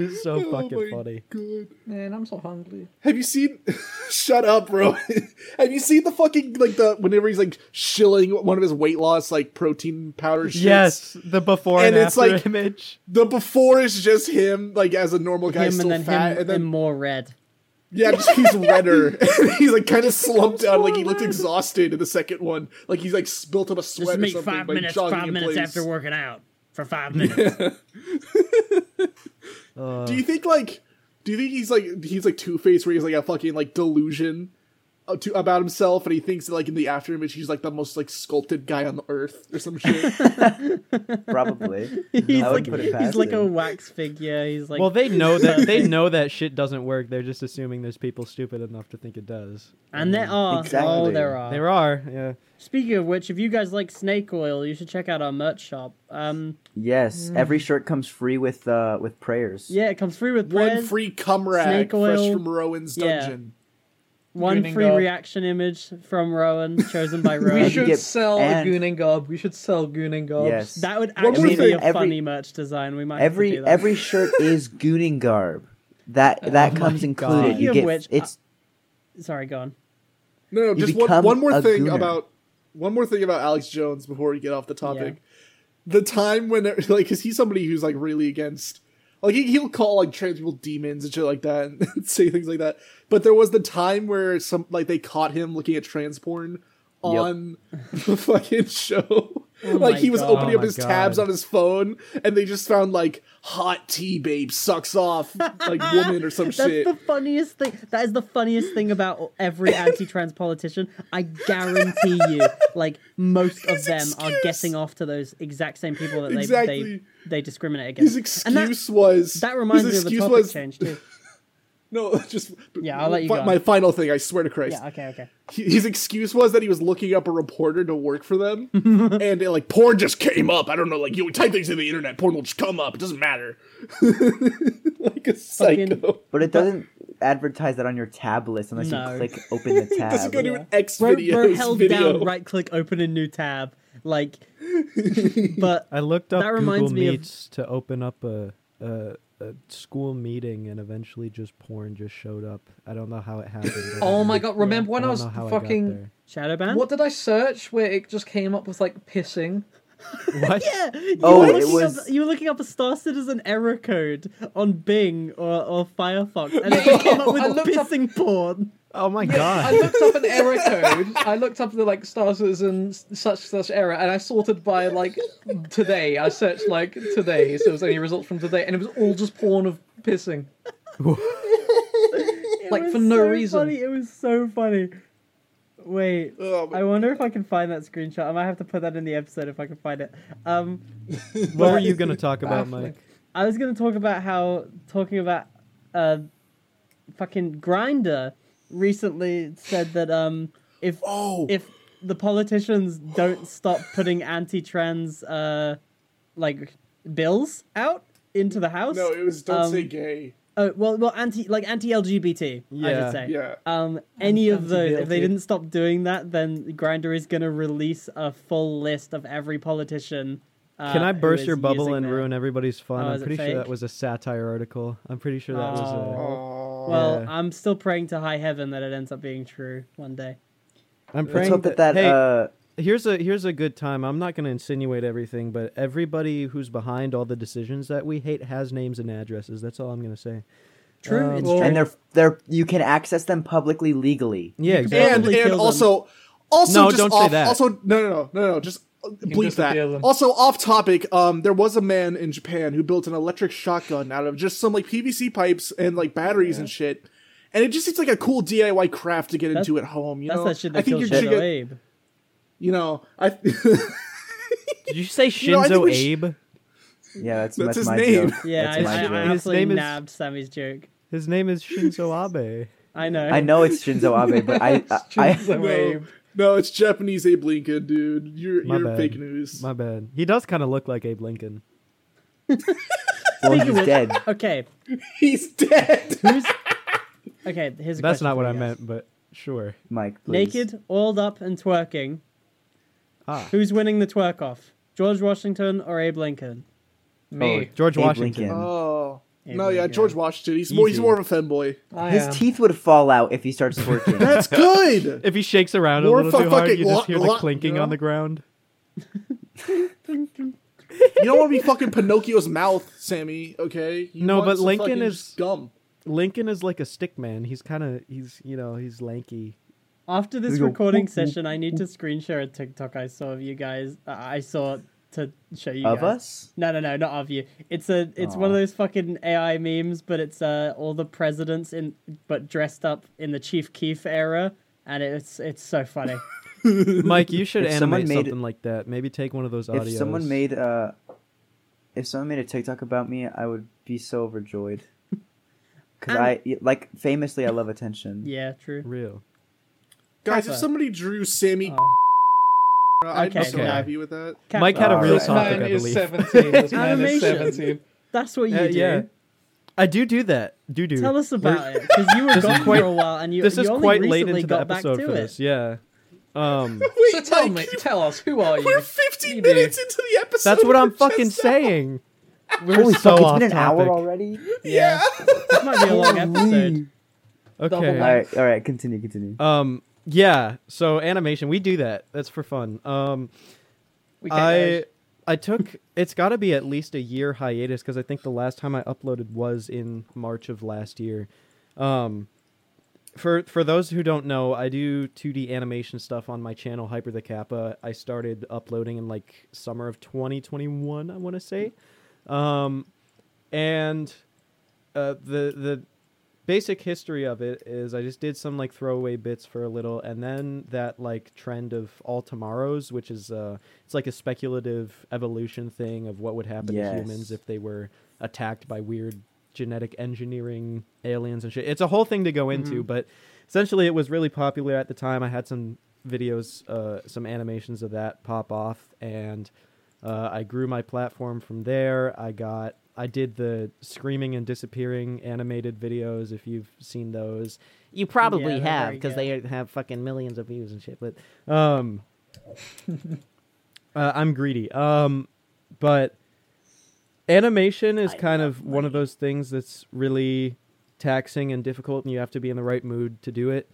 S3: was- It's so
S4: Oh my
S3: fucking funny.
S4: God.
S6: Man, I'm so hungry.
S4: Have you seen? Shut up, bro. Have you seen the fucking like the whenever he's like shilling one of his weight loss like protein powder? Shits?
S3: Yes, the before and,
S4: And it's
S3: after
S4: like-
S3: image.
S4: The before is just him like as a normal guy,
S2: him
S4: still
S2: and then
S4: fat,
S2: him
S4: and then
S2: in more red.
S4: Yeah, just he's redder. he's like kind of slumped down, like he looked exhausted in the second one. Like he's like built up a sweat
S2: Just
S4: or
S2: make
S4: something
S2: five
S4: by
S2: minutes,
S4: jogging
S2: five
S4: in
S2: minutes
S4: place.
S2: after working out for five minutes.
S4: Do you think like, do you think he's like he's like Two Face, where he's like a fucking like delusion uh, to, about himself, and he thinks that like in the after image he's like the most like sculpted guy on the earth or some shit.
S1: Probably.
S2: he's
S1: I
S2: like
S1: wouldn't put it past
S2: he's like a
S1: him.
S2: wax figure. He's like
S3: Well, they know that they know that shit doesn't work. They're just assuming there's people stupid enough to think it does.
S2: and there are oh
S1: Exactly.
S2: there are.
S3: There are, yeah.
S2: Speaking of which, if you guys like snake oil, you should check out our merch shop. Um,
S1: Yes, every shirt comes free with uh with prayers.
S2: yeah, it comes free with
S4: One
S2: prayers,
S4: free cum rag
S2: Snake
S4: fresh
S2: oil.
S4: from Rowan's
S2: Yeah.
S4: dungeon.
S2: one
S6: Gooning
S2: free
S6: God.
S2: reaction image from Rowan, chosen by
S6: We
S2: Rowan.
S1: should
S6: should
S1: Uh, get-
S6: sell
S1: and-
S6: a Gooning Gob. We should sell Gooning Gobs.
S1: Yes.
S2: That would
S4: What
S2: actually
S1: was
S2: be
S1: it?
S2: a
S1: Every-
S2: funny merch design. We might have to
S1: Every
S2: do that. Oh
S1: every shirt is gooning garb. That that comes included.
S2: God.
S1: You
S2: Speaking
S1: get
S2: of which, uh,
S1: it's
S2: sorry, go on.
S4: No, no,
S1: You
S4: just one,
S1: become
S4: one more
S1: a
S4: thing
S1: gooner.
S4: about one more thing about Alex Jones before we get off the topic. The time when like because he's somebody who's like really against like he, he'll call like trans people demons and shit like that and, say things like that. But there was the time where some like they caught him looking at trans porn on the fucking show. like
S2: my
S4: he was
S2: God.
S4: opening
S3: Oh
S4: up
S3: my
S4: his tabs
S3: God.
S4: on his phone and they just found like hot tea babe sucks off like woman or some
S2: That's
S4: shit.
S2: the funniest thing. That is the funniest thing about every anti-trans politician. I guarantee you, like most of them are
S4: excuse-
S2: getting off to those exact same people that they
S4: Exactly.
S2: they, they discriminate against.
S4: his excuse
S2: and that,
S4: was
S2: that reminds
S4: his
S2: me of a
S4: excuse
S2: topic
S4: was-
S2: change too.
S4: No, just
S2: Yeah, I'll let you
S4: fi-
S2: go.
S4: My final thing, I swear to Christ.
S2: Yeah. Okay. Okay.
S4: He- His excuse was that he was looking up a reporter to work for them, and uh, like porn just came up. I don't know, like you type things in the internet, porn will just come up. It doesn't matter. like a psycho.
S1: but it doesn't advertise that on your tab list unless
S2: No.
S1: you click open the tab.
S4: Doesn't go to an X
S2: We're,
S4: videos
S2: we're held
S4: video.
S2: down. Right click. Open a new tab. Like, but uh,
S3: I looked up
S2: That
S3: Google
S2: reminds me of-
S3: Meets to open up a, a a school meeting, and eventually just porn just showed up. I don't know how it happened. I
S6: Oh
S3: don't
S6: my
S3: know-
S6: god, remember when I
S3: don't
S6: was
S3: know how I
S6: fucking.
S3: got
S2: Shadowban.
S6: What did I search where it just came up with like pissing?
S3: there. What?
S2: Yeah, you
S1: Oh,
S2: were
S1: it
S2: looking
S1: was-
S2: up- you were looking up a Star Citizen error code on Bing or, or Firefox, and it came up with
S6: I looked up-
S2: pissing porn.
S3: Oh my
S6: I
S3: god!
S6: looked up an error code. I looked up the like Star Citizen such such error, and I sorted by like today. I searched like today, so it was any results from today, and it was all just porn of pissing.
S2: It
S6: Like,
S2: was
S6: for no
S2: so
S6: reason.
S2: funny, It was so funny. Wait,
S4: Oh, my-
S2: I wonder if I can find that screenshot. I might have to put that in the episode if I can find it. Um,
S3: What were you going to talk about,
S6: Baffling.
S3: Mike?
S2: I was gonna talk about how talking about uh, fucking grinder recently said that um if
S4: Oh.
S2: if the politicians don't stop putting anti-trans uh like bills out into the house
S4: No, it was don't
S2: um,
S4: say gay.
S2: oh well well anti like anti-lgbt i
S3: Yeah.
S2: should say
S4: Yeah.
S2: um any of those if they
S6: anti-BLT.
S2: didn't stop doing that then grinder is gonna release a full list of every politician uh,
S3: Can I
S2: who
S3: burst
S2: is
S3: your bubble
S2: using
S3: and
S2: their-
S3: ruin everybody's fun?
S2: Oh,
S3: I'm
S2: is it
S3: pretty sure
S2: fake?
S3: that was a satire article. I'm pretty sure that was
S4: Oh.
S2: Uh, Well,
S3: Yeah.
S2: I'm still praying to high heaven that it ends up being true one day.
S3: a. I'm
S1: Let's
S3: praying
S1: hope that that
S3: hey,
S1: uh,
S3: here's a here's a good time. I'm not going to insinuate everything, but everybody who's behind all the decisions that we hate has names and addresses. That's all I'm going to say.
S2: True, it's true.
S1: Um, and they're they're you can access them publicly legally.
S3: Yeah,
S4: and
S2: Probably
S4: and
S2: kill them.
S4: also also
S3: No,
S4: just
S3: don't say
S4: off,
S3: that.
S4: Also, no, no, no, no, no. Just uh, bleep
S6: just
S4: that.
S6: appeal them.
S4: Also, off topic. Um, there was a man in Japan who built an electric shotgun out of just some like PVC pipes and like batteries and shit. And it just seems like a cool DIY craft to get into at home. You
S2: That's
S4: know,
S2: that shit that
S4: you
S2: kills
S4: should
S2: Shadow
S4: get-
S2: Abe.
S4: You know, I.
S3: Did you say
S4: You know, I
S3: Shinzo
S4: think we sh-
S3: Abe?
S1: Yeah,
S4: That's
S1: that's that's
S4: his
S1: my
S4: name.
S1: joke.
S2: Yeah,
S1: that's
S2: I,
S1: my
S2: I,
S1: joke.
S2: I
S3: His
S2: absolutely
S3: name is-
S2: nabbed Sammy's joke.
S3: His name is Shinzo Abe.
S2: I know.
S1: I know it's Shinzo Abe, but I I, I,
S6: Shinzo Abe.
S4: no, no, it's Japanese Abe Lincoln, dude. You're
S3: My
S4: you're
S3: bad.
S4: fake news.
S3: My bad. He does kind of look like Abe Lincoln.
S1: well, he's dead.
S2: Okay,
S4: He's dead.
S2: who's? Okay, here's a
S3: That's
S2: question
S3: not
S2: for
S3: what
S2: you
S3: I
S2: guys.
S3: meant, but sure.
S1: Mike, please.
S2: Naked, oiled up, and twerking.
S3: Ah.
S2: Who's winning the twerk off? George Washington or Abe Lincoln?
S1: Oh,
S6: Me.
S3: George
S1: Abe
S3: Washington.
S1: Lincoln.
S4: Oh.
S2: Abe
S4: no, yeah,
S2: Lincoln.
S4: George Washington. He's more, he's
S3: Easy.
S4: more of a femboy.
S6: I
S1: Oh, His
S6: am.
S1: teeth would fall out if he starts twerking.
S4: That's good.
S3: If he shakes around a
S4: More
S3: little too
S4: fu-
S3: hard,
S4: fucking
S3: you just
S4: wah-
S3: hear the
S4: wah,
S3: clinking
S4: you
S3: on
S4: know?
S3: the ground.
S4: You don't want to be fucking Pinocchio's mouth, Sammy. Okay. You
S3: No,
S4: want
S3: but
S4: some
S3: Lincoln
S4: fucking
S3: is-
S4: dumb.
S3: Lincoln is like a stick man. He's kind of he's you know he's lanky.
S2: After this
S1: We go,
S2: recording session, I need to screen share a TikTok I saw of you guys. Uh, I saw to show you
S1: of
S2: guys.
S1: us?
S2: No, no, no, not of you. It's a, it's one of
S1: Aw.
S2: those fucking AI memes, but it's uh all the presidents in, but dressed up in the Chief Keef era, and it's it's so funny.
S3: Mike, you should
S1: If someone
S3: animate
S1: made-
S3: something like that. Maybe take one of those audios.
S1: If someone made uh if someone made a TikTok about me, I would be so overjoyed. Cuz
S2: Um,
S1: I like famously I love attention.
S2: yeah, true.
S3: real,
S4: Guys, if
S2: Kappa.
S4: somebody drew Sammy, I'd be
S2: Okay,
S4: so
S3: Uh, okay.
S4: happy with that.
S2: Kappa.
S3: Mike had a
S1: All
S3: real
S1: right.
S6: This man
S3: topic, I
S6: is
S3: believe.
S6: 17. This man is
S2: Animation.
S6: 17.
S2: That's what you
S3: Uh,
S2: do.
S3: yeah, I do do that. Do do.
S2: Tell us about it because you were
S3: This is
S2: gone
S3: quite-
S2: for a while, and you
S3: This
S2: you
S3: is
S2: only
S3: quite
S2: recently
S3: late into the
S2: got back
S3: episode
S2: to
S3: for
S2: it.
S3: this. Yeah. Um,
S6: so tell me, tell us, who are you?
S4: We're 50
S6: You do.
S4: minutes into the episode.
S3: that's what I'm
S4: We're
S3: fucking
S4: just-
S3: saying. We're
S1: Holy
S3: so
S1: fuck, it's
S3: off
S1: been an hour
S3: topic.
S1: already.
S6: Yeah.
S2: This might be a long episode.
S3: Okay.
S6: Double
S1: All right, all right, continue, continue.
S3: Um. Yeah. So animation, we do that. That's for fun. Um.
S6: We can't
S3: I
S6: manage.
S3: I took it's got to be at least a year hiatus because I think the last time I uploaded was in March of last year. Um, for for those who don't know, I do 2D animation stuff on my channel Hyper the Kappa. I started uploading in like summer of 2021, I want to say. Um, and uh, the the basic history of it is I just did some like throwaway bits for a little, and then that like trend of all tomorrows, which is uh, it's like a speculative evolution thing of what would happen
S1: Yes.
S3: to humans if they were attacked by weird genetic engineering aliens and shit. It's a whole thing to go into, but essentially it was really popular at the time. I had some videos, uh, some animations of that pop off, and uh, I grew my platform from there. I got, I did the screaming and disappearing animated videos. If you've seen those, you
S2: Yeah,
S3: probably
S2: they're
S3: have
S2: very
S3: because
S2: good.
S3: they have fucking millions of views and shit. But um, uh, I'm greedy. Um, but animation is kind of one of those things that's really taxing and difficult, and you have to be in the right mood to do it.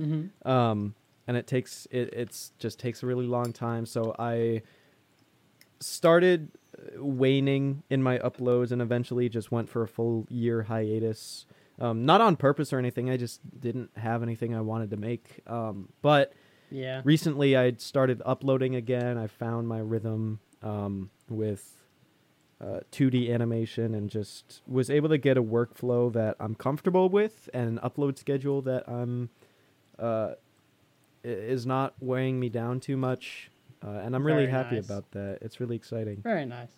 S3: Um, and it takes it it's just takes a really long time. So I started uh, waning in my uploads, and eventually just went for a full year hiatus. Um, not on purpose or anything. I just didn't have anything I wanted to make. Um, but
S2: Yeah.
S3: recently i started uploading again i found my rhythm um, with uh, 2d animation and just was able to get a workflow that i'm comfortable with and an upload schedule that i'm uh, i- is not weighing me down too much, uh, and I'm really
S2: Very
S3: happy
S2: nice.
S3: about that. It's really exciting.
S2: Very nice.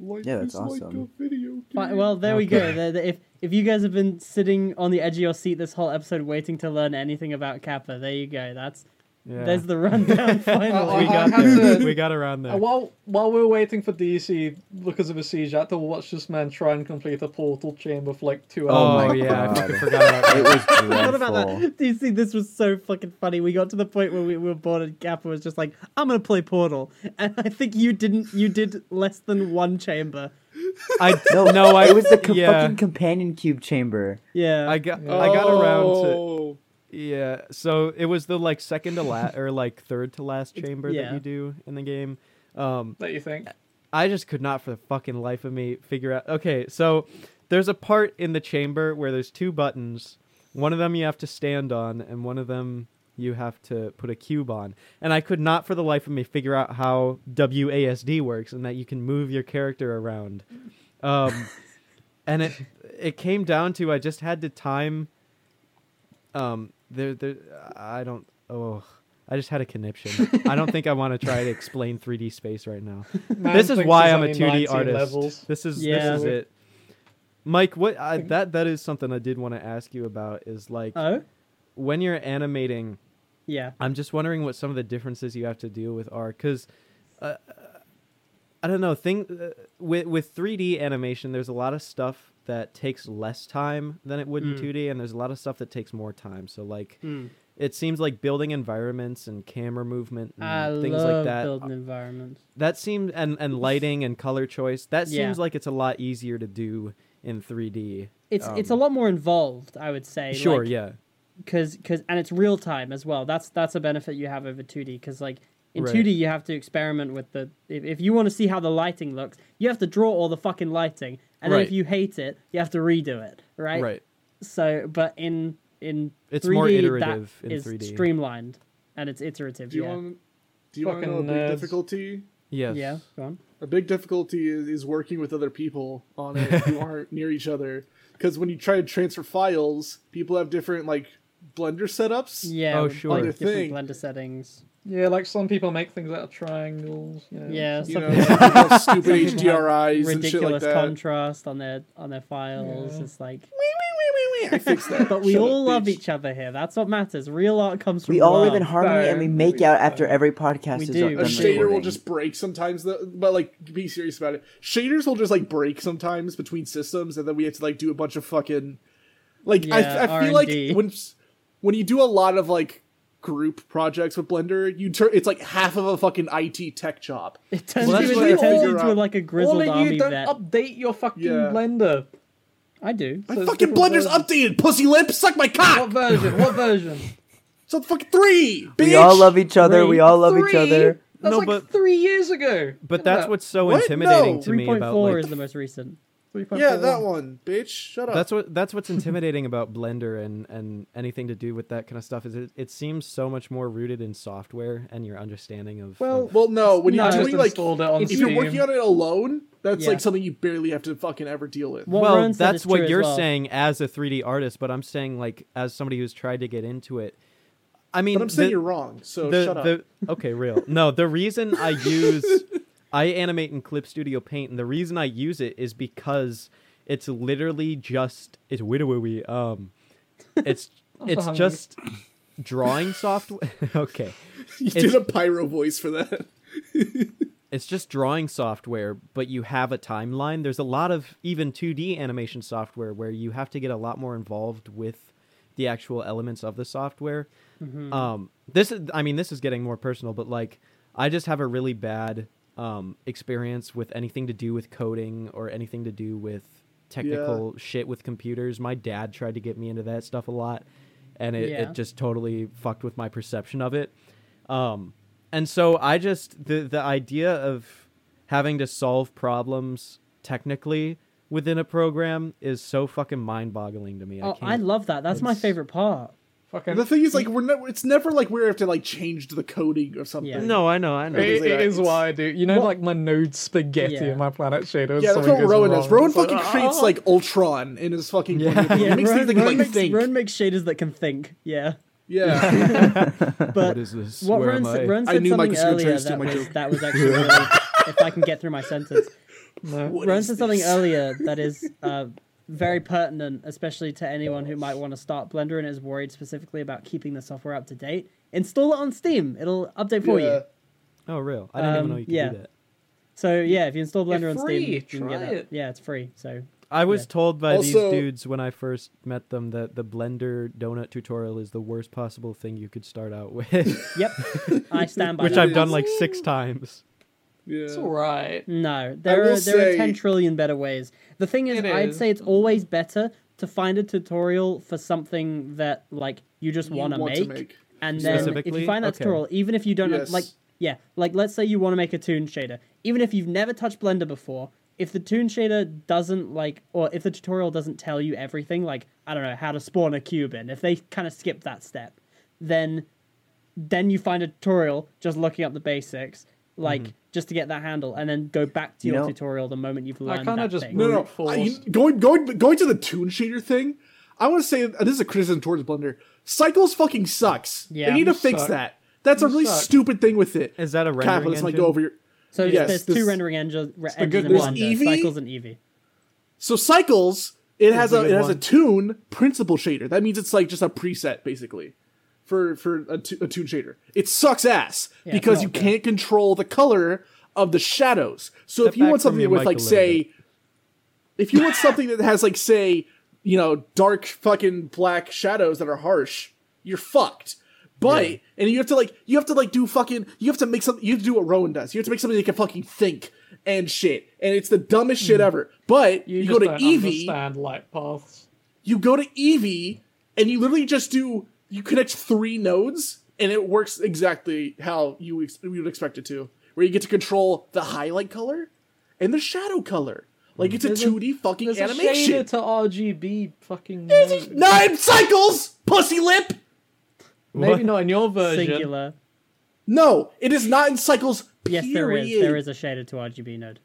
S4: Life
S1: Yeah, that's
S4: is like
S1: awesome.
S4: a video
S2: Fine.
S4: game.
S2: Well, there we go.
S3: Okay.
S2: The, the, if if you guys have been sitting on the edge of your seat this whole episode waiting to learn anything about Kappa, there you go. That's
S3: Yeah.
S2: there's the rundown.
S6: Uh,
S1: Oh,
S2: finally,
S3: we
S6: I- I
S3: got
S6: had
S3: there.
S6: to-
S3: we got around there.
S6: Uh, while while we were waiting for DC because of a siege, I had to watch this man try and complete a portal chamber for like two
S3: oh
S6: hours.
S1: my
S3: yeah, I, think I
S1: God.
S3: forgot about that.
S1: It was
S2: What about
S1: dreadful.
S2: that? Do you see this was so fucking funny? We got to the point where we were bored and Kappa was just like, I'm gonna play Portal. And I think you didn't you did less than one chamber.
S3: I
S1: No,
S3: no, I
S1: it was the co-
S3: yeah,
S1: fucking companion cube chamber.
S2: Yeah.
S3: I got I got around to
S4: Oh.
S3: yeah. So it was the like second to last or like third to last chamber that
S2: yeah.
S3: you do in the game. Um,
S6: That you think?
S3: I just could not for the fucking life of me figure out. Okay, so there's a part in the chamber where there's two buttons. One of them you have to stand on, and one of them you have to put a cube on. And I could not for the life of me figure out how WASD works and that you can move your character around. Um, and it it came down to I just had to time. Um, there, there. I don't. Oh, I just had a conniption. I don't think I want to try to explain 3D space right now
S6: Man
S3: this is
S6: thinks
S3: why
S6: there's
S3: I'm a
S6: only
S3: 2D
S6: 19
S3: artist.
S6: levels.
S3: This is
S2: Yeah.
S3: this is it. Mike, what I, that that is something I did want to ask you about is like
S2: oh?
S3: when you're animating.
S2: Yeah.
S3: I'm just wondering what some of the differences you have to deal with are because. Uh, I don't know. Thing uh, with with 3D animation, there's a lot of stuff that takes less time than it would
S2: Mm.
S3: in 2D, and there's a lot of stuff that takes more time. So like,
S2: Mm.
S3: it seems like building environments and camera movement and
S2: I
S3: Mm, things
S2: love
S3: like that
S2: building environments.
S3: that seems and and lighting and color choice that
S2: Yeah.
S3: seems like it's a lot easier to do in 3d
S2: It's it's a
S3: Um,
S2: lot more involved, I would say.
S3: sure
S2: like,
S3: yeah
S2: because because and it's real time as well that's that's a benefit you have over 2d because like in
S3: Right.
S2: 2d you have to experiment with the if, if you want to see how the lighting looks you have to draw all the fucking lighting and then if
S3: Right.
S2: you hate it you have to redo it right
S3: right
S2: so but in in
S3: It's
S2: 3D,
S3: more
S2: that
S3: iterative in
S2: is
S3: 3D.
S2: streamlined and it's iterative
S4: Do you
S2: yeah
S4: want? Do you want to know a
S6: Fucking
S4: big
S6: nerds.
S4: difficulty?
S3: yes Oh,
S2: yeah go on
S4: A big difficulty is, is working with other people on it who aren't near each other. Because when you try to transfer files, people have different like Blender setups.
S2: yeah
S3: Oh,
S2: with,
S3: sure.
S2: like, different
S4: Thing.
S2: blender settings
S6: Yeah, like some people make things out of triangles. You know,
S2: yeah
S4: You know,
S2: something
S4: like, people have stupid
S2: people have
S4: HDRIs and shit like
S2: ridiculous
S4: that.
S2: contrast on their on their files
S6: Yeah.
S2: it's like
S4: I fixed that.
S2: But we
S4: Shut up,
S2: all love
S4: bitch.
S2: each other here. That's what matters. Real art comes from
S1: We all
S2: love.
S1: live in harmony and we
S6: Fire.
S1: make out after every podcast
S2: We
S1: is
S2: do.
S1: done
S4: A shader will
S1: recording.
S4: just break sometimes, though, but like, be serious about it. Shaders will just like break sometimes between systems, and then we have to like do a bunch of fucking. Like
S2: Yeah,
S4: I, I feel
S2: R&D.
S4: like when when you do a lot of like group projects with Blender, you turn it's like half of a fucking IT tech job.
S2: It turns
S4: Well,
S2: you
S4: that's
S2: into,
S4: what I
S2: it turns
S4: figure
S2: you into
S4: out.
S2: like a grizzled
S6: All of
S2: army
S6: you don't
S2: vet.
S6: update your fucking
S4: Yeah.
S6: Blender.
S2: I do.
S4: My
S6: So it's
S4: fucking
S6: different
S4: Blender's
S6: versions.
S4: updated, pussy lip. Suck my
S6: What
S4: cock.
S6: version? What version?
S4: So fucking three. Bitch.
S1: We all love each other.
S2: Three.
S1: We all love each
S6: Three?
S1: other.
S6: That's
S3: No,
S6: like
S3: but-
S6: three years ago.
S3: but that's what's so
S4: Uh, What?
S3: intimidating
S4: No.
S3: to me
S2: Three point
S3: about
S2: four
S3: like,
S2: is the most recent.
S6: Three point
S4: Yeah,
S6: four.
S4: that one, bitch. Shut up.
S3: that's what that's what's intimidating about blender and and anything to do with that kind of stuff is it, it seems so much more rooted in software and your understanding of
S2: Well,
S3: of-
S4: Um, well, no. When
S2: No,
S6: I
S4: you're
S6: just
S4: doing like,
S6: installed it on
S2: if
S4: if
S6: Steam.
S4: you're working on it alone, that's
S2: Yeah.
S4: like something you barely have to fucking ever deal with.
S2: What
S3: well
S2: Ron said
S3: that's
S2: is
S3: what
S2: true as
S3: you're
S2: well.
S3: saying as a 3d artist but i'm saying like as somebody who's tried to get into it i mean
S4: But I'm saying
S3: the-
S4: you're wrong, so
S3: the-
S4: shut up.
S3: the- okay, real. No, the reason I use I animate in Clip Studio Paint, and the reason I use it is because it's literally just it's widowy. Um, it's it's
S6: hungry.
S3: just drawing software. okay,
S4: you
S3: it's-
S4: did a pyro voice for that.
S3: it's just drawing software, but you have a timeline. There's a lot of even 2D animation software where you have to get a lot more involved with the actual elements of the software. Um, this is, I mean, this is getting more personal, but like, I just have a really bad um, experience with anything to do with coding or anything to do with technical shit with computers. My dad tried to get me into that stuff a lot, and it,
S2: Yeah.
S3: it just totally fucked with my perception of it. Um, and so I just the the idea of having to solve problems technically within a program is so fucking mind-boggling to me.
S2: Oh,
S3: can't,
S2: I love that. That's my
S3: it's-
S2: favorite part.
S6: Fucking
S4: the thing is, like, we're never. It's never like we have to like change the coding or something.
S2: Yeah.
S3: No, I know, I know.
S4: Hey,
S5: It, it is
S4: It's-
S5: why I do. You know,
S2: What?
S5: like my node spaghetti
S2: Yeah.
S5: in my planet shadow.
S4: Yeah, that's
S5: something
S4: what
S5: goes
S4: Rowan
S5: wrong.
S4: does. Rowan
S5: It's like,
S4: fucking creates
S5: "Ah."
S4: like Ultron in his fucking.
S3: Yeah.
S4: Blender. He
S2: Yeah,
S4: makes
S2: Ron,
S4: things that can,
S2: Ron
S4: like
S2: makes,
S4: think.
S2: Ron makes shaders that can think. Yeah,
S4: Yeah.
S2: But
S3: what is this?
S2: What
S3: Where
S2: Ren,
S3: am I?
S2: said, Ren
S4: I
S2: said
S4: knew Mike was gonna try
S2: something earlier
S4: to steal
S2: that
S4: my
S2: was,
S4: joke.
S2: that was actually really, if I can get through my sentence.
S4: What
S2: Ren
S4: is
S2: said something
S4: this?
S2: earlier that is uh, very pertinent, especially to anyone who might want to start Blender and is worried specifically about keeping the software up to date. Install it on Steam; it'll update for
S4: Yeah.
S2: you.
S3: Oh, real? I didn't
S2: Um,
S3: even know you could
S2: yeah.
S3: do that.
S2: So yeah, if you install Blender on
S6: free,
S2: Steam, you can get
S6: try
S2: that.
S6: it.
S2: Yeah, it's free. So
S3: I was
S2: Yeah.
S3: told by
S4: Also-
S3: these dudes when I first met them that the Blender donut tutorial is the worst possible thing you could start out with,
S2: yep, I stand by
S3: which
S2: that.
S3: I've done like six times.
S6: It's
S4: Yeah.
S6: alright.
S2: No, there
S4: will
S2: are there
S4: say-
S2: are ten trillion better ways. The thing is,
S6: It
S2: I'd
S6: is.
S2: say it's always better to find a tutorial for something that like you just
S4: You
S2: wanna
S4: want to make.
S2: and then if
S3: Specifically?
S2: you find that
S3: Okay.
S2: tutorial, even if you don't know-
S4: Yes.
S2: like yeah, like let's say you want to make a tune shader, even if you've never touched Blender before, if the tune shader doesn't like, or if the tutorial doesn't tell you everything, like I don't know how to spawn a cube in, if they kind of skip that step, then then you find a tutorial just looking up the basics, like just to get that handle, and then go back to
S1: You
S2: your
S1: know-
S2: tutorial the moment you've
S6: I
S2: learned
S6: kind of
S2: that
S6: just
S2: thing.
S4: No,
S6: brute
S4: no. I,
S6: forced.
S4: going, going, going to the Toon Shader thing. I want to say uh, this is a criticism towards Blender. Cycles fucking sucks.
S2: Yeah.
S4: they need to
S2: You
S4: fix
S6: suck.
S4: that. That's a
S6: You
S4: really
S6: suck.
S4: stupid thing with it.
S3: Is that a rendering
S4: Capitalist might
S3: engine?
S4: go over your.
S2: So
S4: Yes,
S2: there's
S4: this-
S2: two rendering engines,
S6: the
S2: engines
S6: good
S2: in
S6: one.
S2: one,
S4: Eevee?
S2: Cycles and Eevee.
S4: So cycles, it has
S3: a
S4: a,
S3: good
S4: it has a
S3: one.
S4: tune principal shader. That means it's like just a preset basically for for a, tu- a tune shader. It sucks ass
S2: Yeah,
S4: because
S2: no,
S4: you
S2: yeah.
S4: can't control the color of the shadows. So if
S3: Step
S4: you
S3: back
S4: want
S3: from
S4: something
S3: your
S4: with
S3: mic
S4: like
S3: a little
S4: say, if you want something that has like say you know dark fucking black shadows that are harsh, you're fucked. But and you have to like you have to like do fucking you have to make something you have to do what Rowan does. You have to make something that can fucking think and shit. And it's the dumbest shit ever. But you,
S6: Hmm. just
S4: go to
S6: don't
S4: Eevee
S6: Understand light paths.
S4: you go to Eevee and you literally just do you connect three nodes and it works exactly how you ex- you would expect it to, where you get to control the highlight color and the shadow color. Like it's a
S6: Hmm. There's a-
S4: two D fucking
S6: There's a
S4: animation.
S6: shader to RGB fucking. mode.
S4: Nine cycles, pussy lip.
S6: Maybe not in your version.
S2: Singular.
S4: No, it is not in cycles. Period.
S2: Yes, there is. There is a shader to RGB node.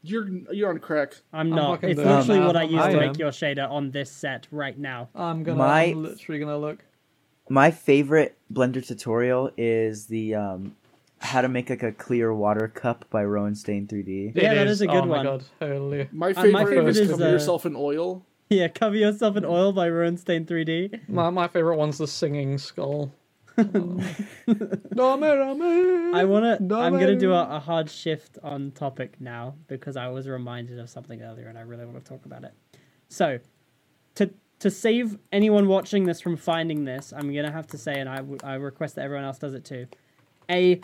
S4: You're you're on crack.
S2: I'm
S6: I'm
S2: not.
S6: fucking
S2: It's
S6: doing
S2: literally
S6: that.
S2: what I use
S3: Um, I
S2: to
S3: am.
S2: make your shader on this set right now.
S6: I'm gonna.
S1: My-
S6: I'm literally gonna look.
S1: My favorite Blender tutorial is the um, how to make like a clear water cup by Rowan Stain 3D.
S2: Yeah,
S6: It
S2: that is a good
S6: oh
S2: one.
S6: my god, holy.
S4: My
S2: my
S4: favorite,
S2: favorite
S4: is,
S2: is,
S4: cover
S2: uh,
S4: yourself in oil.
S2: Yeah, cover yourself in oil by Ruinstein 3D.
S6: My, my favorite one's the singing skull. Name, name.
S2: I wanna.
S6: No,
S2: I'm gonna do
S6: man.
S2: a, a hard shift on topic now because I was reminded of something earlier and I really want to talk about it. So, to to save anyone watching this from finding this, I'm gonna have to say, and I w- I request that everyone else does it too. A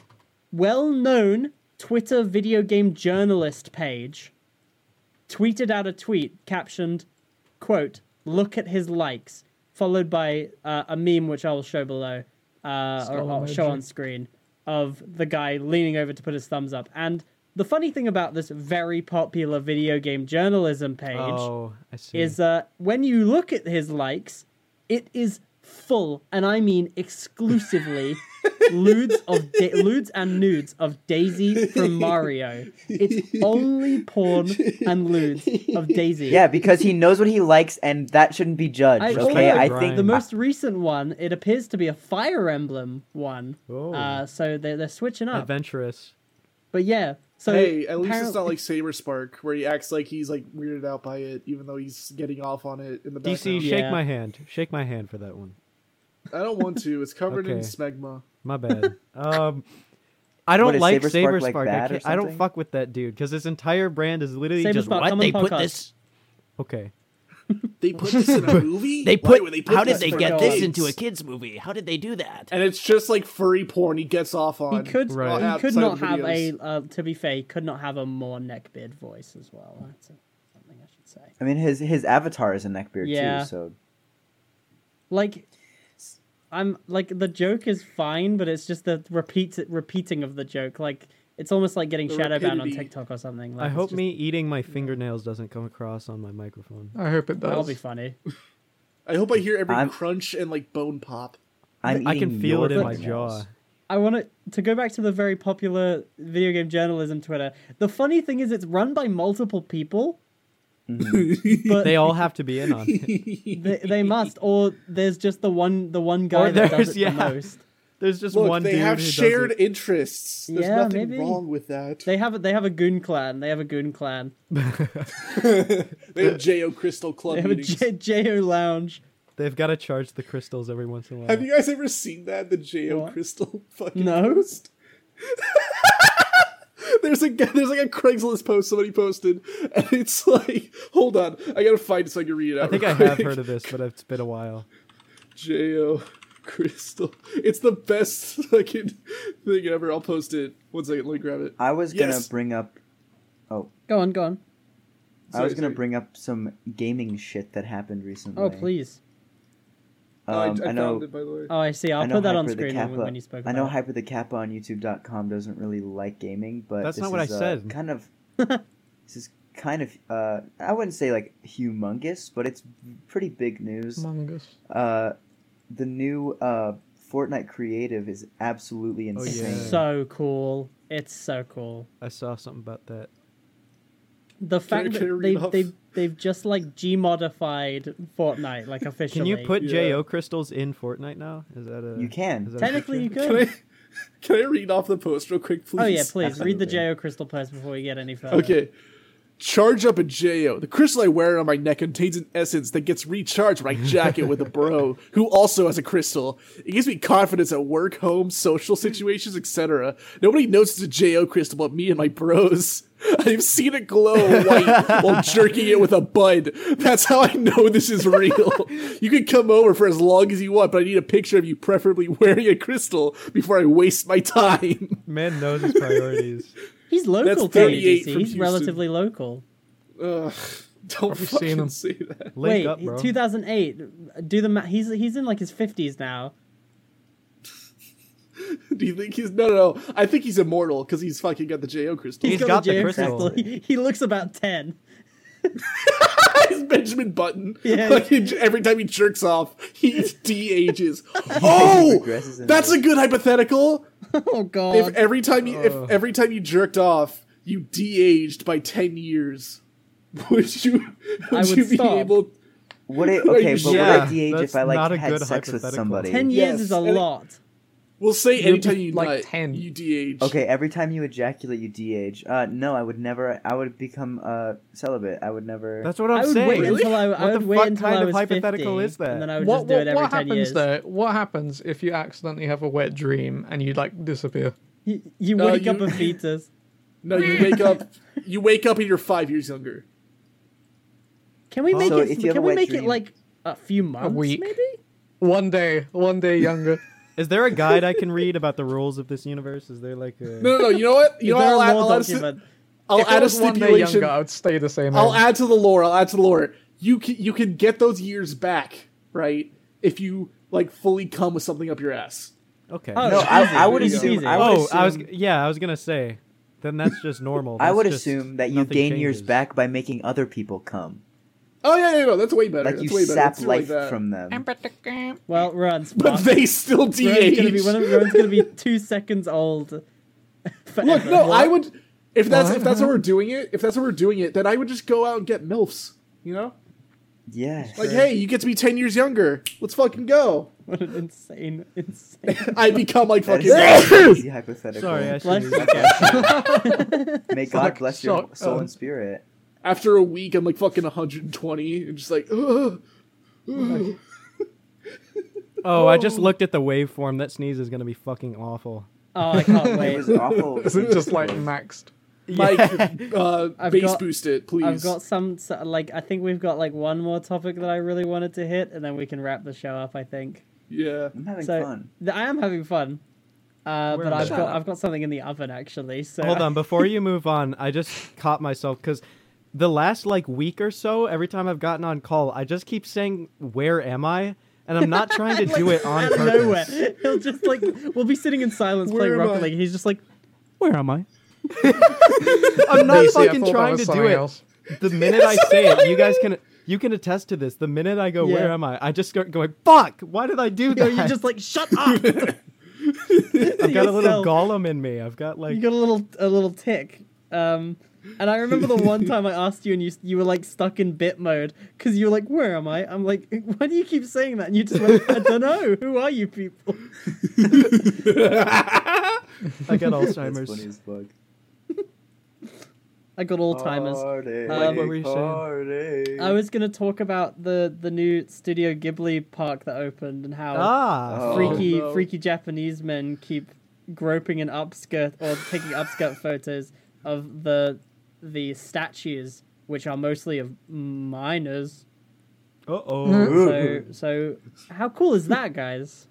S2: well-known Twitter video game journalist page tweeted out a tweet captioned, "quote Look at his likes," followed by uh, a meme which I will show below, uh, or
S6: Skull
S2: I'll show
S6: emoji.
S2: on screen of the guy leaning over to put his thumbs up. And the funny thing about this very popular video game journalism page
S3: Oh, I see.
S2: is uh, when you look at his likes, it is full, and I mean exclusively, lewds of da- lewds and nudes of Daisy from Mario. It's only porn and lewds of Daisy.
S1: Yeah, because he knows what he likes, and that shouldn't be judged.
S2: I-
S1: okay,
S2: although
S1: I
S3: Brian-
S1: think
S2: the most recent one, it appears to be a Fire Emblem one.
S3: Oh.
S2: Uh, so they're, they're switching up.
S3: adventurous.
S2: But yeah, so
S4: hey, at least it's
S2: apparently-
S4: not like Saber Spark, where he acts like he's like weirded out by it, even though he's getting off on it in the background.
S3: DC,
S2: Yeah.
S3: shake my hand. Shake my hand for that one.
S4: I don't want to. It's covered in
S3: Okay.
S4: smegma.
S3: My bad. um, I don't
S1: What, is
S3: like
S1: Saber Spark,
S3: Saber
S1: like,
S3: Spark.
S1: bad
S3: I,
S1: or
S3: can't- I don't
S1: something?
S3: fuck with that dude because his entire brand is literally
S2: Saber
S3: just
S2: Spark,
S3: what
S2: come on
S3: they put
S2: podcast.
S3: this. Okay.
S4: They put this in a movie. Why would they put this for kids?
S7: kids movie? How did they do that?
S4: And it's just like furry porn. He gets off on.
S2: He could,
S3: Right.
S2: he
S4: Outside
S2: could not
S4: of
S2: have a.
S4: videos.
S2: Uh, to be fair, he could not have a more neckbeard voice as well. That's a, something I should say.
S1: I mean his his avatar is a neckbeard
S2: Yeah.
S1: too. So
S2: Like, I'm like the joke is fine, but it's just the repeats repeating of the joke. Like it's almost like getting
S4: The
S2: shadow banned on
S4: rapidity.
S2: TikTok or something. Like,
S3: I
S2: it's
S3: hope
S2: just-
S3: me eating my fingernails doesn't come across on my microphone.
S5: I hope it does.
S2: That'll be funny.
S4: I hope I hear every
S1: I'm-
S4: crunch and like bone pop.
S1: I'm
S3: I can
S1: eating
S3: feel
S1: your
S3: it in my
S1: fingernails.
S3: jaw.
S2: I want to to go back to the very popular video game journalism Twitter. The funny thing is, it's run by multiple people, But
S3: They all have to be in on it.
S2: they, they must, or there's just the one the one guy
S3: Or
S2: that does it
S3: there's- yeah.
S2: the most.
S3: There's just
S4: Look,
S3: one
S4: they
S3: dude
S4: have
S3: who does
S4: shared
S3: it.
S4: interests. There's
S2: Yeah,
S4: nothing
S2: maybe.
S4: wrong with that.
S2: They have a, they have a goon clan. They have a goon clan.
S4: They have J.O. Crystal Club
S2: They have a
S4: meetings.
S2: J- JO lounge.
S3: They've got to charge the crystals every once in a while.
S4: Have you guys ever seen that? The J.O.
S2: What?
S4: Crystal fucking
S2: No.
S4: post? there's a guy- there's like a Craigslist post somebody posted, and it's like, hold on, I gotta find it so I can read it out.
S3: I think I have heard of this, but it's been a while.
S4: J.O. Crystal. It's the best fucking thing ever. I'll post it. One second, let me grab it.
S1: I was gonna
S4: Yes.
S1: bring up. Oh,
S2: Go on, go on.
S1: I was
S4: Sorry,
S1: gonna
S4: sorry.
S1: bring up some gaming shit that happened recently.
S2: Oh please.
S4: Oh,
S1: Um, I, know.
S4: found it by the way.
S2: Oh, I see. I'll
S1: I know
S2: put that on
S1: Hyper the
S2: screen when,
S1: Kappa-
S2: when you spoke.
S1: I know
S2: about it.
S1: Hyper the Kappa on YouTube.com doesn't really like gaming, but
S3: That's
S1: this
S3: not what
S1: is,
S3: I
S1: uh,
S3: said.
S1: kind of. this is kind of. Uh, I wouldn't say like humongous, but it's pretty big news.
S5: Among Us.
S1: Uh, the new uh, Fortnite creative is absolutely
S3: Oh,
S1: insane.
S3: Hyper-
S2: so cool. It's so cool.
S3: I saw something about that.
S2: The
S4: I-
S2: fact
S4: can I
S2: that
S4: read
S2: they
S4: off?
S2: they've they've just like G modified Fortnite like
S3: Can
S2: officially.
S3: you put
S4: Yeah.
S3: Jo crystals in Fortnite now? Is that a
S1: You can.
S3: is that a
S2: Technically, you
S3: feature?
S4: Can
S2: could.
S4: I can I read off the post real quick, please?
S2: Oh yeah, please read the
S1: Absolutely.
S2: Jo crystal post before we get any further.
S4: Okay. Charge up a J.O. The crystal I wear on my neck contains an essence that gets recharged when I jack it with a bro who also has a crystal. It gives me confidence at work, home, social situations, etc. Nobody knows it's a J.O. crystal but me and my bros. I've seen it glow white while jerking it with a bud. That's how I know this is real. You can come over for as long as you want, but I need a picture of you preferably wearing a crystal before I waste my time.
S3: Man knows his priorities.
S2: He's local
S4: That's
S2: to
S4: 38
S2: DC.
S4: from
S2: He's
S4: Houston.
S2: relatively local.
S4: Ugh, don't
S5: I've seen
S4: fucking
S5: him.
S4: say that.
S2: Wait,
S3: Link up, bro.
S2: 2008. Do the ma- he's he's in like his 50s now.
S4: Do you think he's no, no, no? I think he's immortal because he's fucking got the Jo crystal.
S3: He's got the
S2: J.O.
S3: crystal.
S2: He, he looks about 10.
S4: he's Benjamin Button.
S2: Yeah.
S4: Fucking every time he jerks off, he de ages. oh,
S1: Progresses in
S4: that's a
S1: age.
S4: good hypothetical.
S2: Oh god.
S4: If every time you if every time you jerked off, you de aged by ten years, would you would
S2: I would
S4: you be
S2: stop.
S4: able?
S1: Would it okay? But would
S3: Yeah,
S1: I de-age
S3: that's
S1: if I
S3: not
S1: like
S3: a
S1: had
S3: good
S1: sex with
S3: hypothetical.
S1: somebody?
S2: 10
S4: Yes,
S2: years is a
S4: and it-
S2: lot.
S4: We'll say
S5: You'd
S4: anytime
S5: be
S4: you
S5: like
S4: nut,
S5: 10.
S4: you de age.
S1: Okay, every time you ejaculate, you de-age. Uh, no, I would never. I would become uh, celibate. I would never.
S3: That's what I'm
S2: I would
S3: saying.
S2: wait until I,
S3: What
S2: I
S3: the
S2: would wait
S3: fuck
S2: until
S3: kind
S2: I
S3: of
S2: was
S3: hypothetical
S2: 50,
S3: is that?
S2: And then I would
S5: What,
S2: just do
S5: what,
S2: it every
S5: what
S2: 10
S5: happens
S2: years.
S5: though? What happens if you accidentally have a wet dream and you like disappear?
S2: You, you
S4: Uh,
S2: wake
S4: you-
S2: up a fetus.
S4: No, you wake up. You wake up and you're five years younger.
S2: Can we make
S1: So
S2: it
S1: if you have a
S2: can we
S1: wet
S2: make it
S1: dream-
S2: like a few months
S5: week.
S2: maybe?
S5: One day, one day younger.
S3: Is there a guide I can read about the rules of this universe? Is there like a
S4: No, no, no. You know what? You know
S2: Is there a
S4: I'll add,
S2: law
S4: I'll add, a sti-
S2: document?
S4: I'll
S5: if I
S4: add a
S5: was one day
S4: stipulation.
S5: younger, I would stay the same
S4: I'll
S5: age.
S4: add to the lore. I'll add to the lore. You can, you can get those years back, right? If you like fully come with something up your ass.
S3: okay?
S2: Oh,
S1: no, I,
S2: easy,
S1: I would
S2: easy.
S1: assume. I would
S3: oh, I was
S1: assume-
S3: yeah, I was gonna say. Then that's just normal.
S1: I
S3: That's
S1: would
S3: just-
S1: assume that you
S3: nothing
S1: gain years
S3: changes.
S1: back by making other people come.
S4: Oh yeah, yeah, no, that's way better.
S1: Like
S4: that's
S1: you
S4: way better.
S1: sap
S4: Let's do it like
S1: life
S4: that.
S1: from them.
S2: Well, run.
S4: but
S2: Spark.
S4: they still
S2: Rowan's gonna be,
S4: de-age.
S2: one of, Rowan's gonna be two seconds old.
S4: Look,
S2: forever.
S4: no, I would. If that's if that's how we're doing it, if that's how we're doing it, then I would just go out and get milfs. You know,
S1: Yes.
S4: like hey, you get to be ten years younger. Let's fucking go.
S2: What an insane, insane.
S4: I become like
S1: that
S4: fucking.
S1: is a crazy hypothetical.
S3: Sorry, I
S2: Bless
S3: should.
S2: you.
S1: May God bless your
S5: shock,
S1: soul
S5: um,
S1: and spirit.
S4: After a week, I'm like fucking 120, and just like. Ugh.
S3: Oh, I just looked at the waveform. That sneeze is gonna be fucking awful.
S2: Oh, I can't
S1: It
S2: wait.
S1: was awful.
S5: Is it just like maxed?
S4: Mike, uh,
S2: I've
S4: base
S2: got-
S4: boost it, please.
S2: I've got some so- like I think we've got like one more topic that I really wanted to hit, and then we can wrap the show up. I think.
S4: yeah.
S1: I'm having
S2: So
S1: fun.
S2: th- I am having fun, uh,
S3: We're
S2: but I've
S3: having
S2: got
S5: fun.
S2: I've got something in the oven actually. So
S3: Hold on, before you move on, I just caught myself because the last like week or so, every time I've gotten on call, I just keep saying, "Where am I?" and I'm not trying to do it on
S2: out of
S3: purpose.
S2: nowhere, he'll just like we'll be sitting in silence
S4: Where
S2: playing
S4: am
S2: Rocket
S4: I?
S2: League. He's just like,
S3: Where am I? I'm not
S5: See, I
S3: fucking
S5: thought that
S3: trying
S5: was
S3: to do
S5: something
S3: it.
S5: else.
S3: The minute I say it, you guys can you can attest to this. The minute I go,
S2: Yeah.
S3: "Where am I?" I just start going, "Fuck! Why did I do
S2: you know,
S3: that?"
S2: you're just like, shut up.
S3: I've got a little
S2: yourself.
S3: golem in me. I've got like
S2: You got a little a little tick. Um, and I remember the one time I asked you, and you you were like stuck in bit mode because you were like, "Where am I?" I'm like, "Why do you keep saying that?" And you just went, "I don't know. Who are you people?"
S3: I got
S1: That's funny
S3: Alzheimer's.
S1: as fuck.
S2: I got Alzheimer's.
S3: Oh,
S1: Party,
S2: Um,
S3: What were you saying?
S1: party.
S2: I was gonna talk about the the new Studio Ghibli park that opened and how
S3: Ah,
S1: Oh.
S2: freaky
S3: no.
S2: freaky Japanese men keep groping in upskirt or taking upskirt photos of the the statues, which are mostly of minors.
S3: Uh
S2: Mm-hmm.
S3: oh.
S2: So so how cool is that, guys?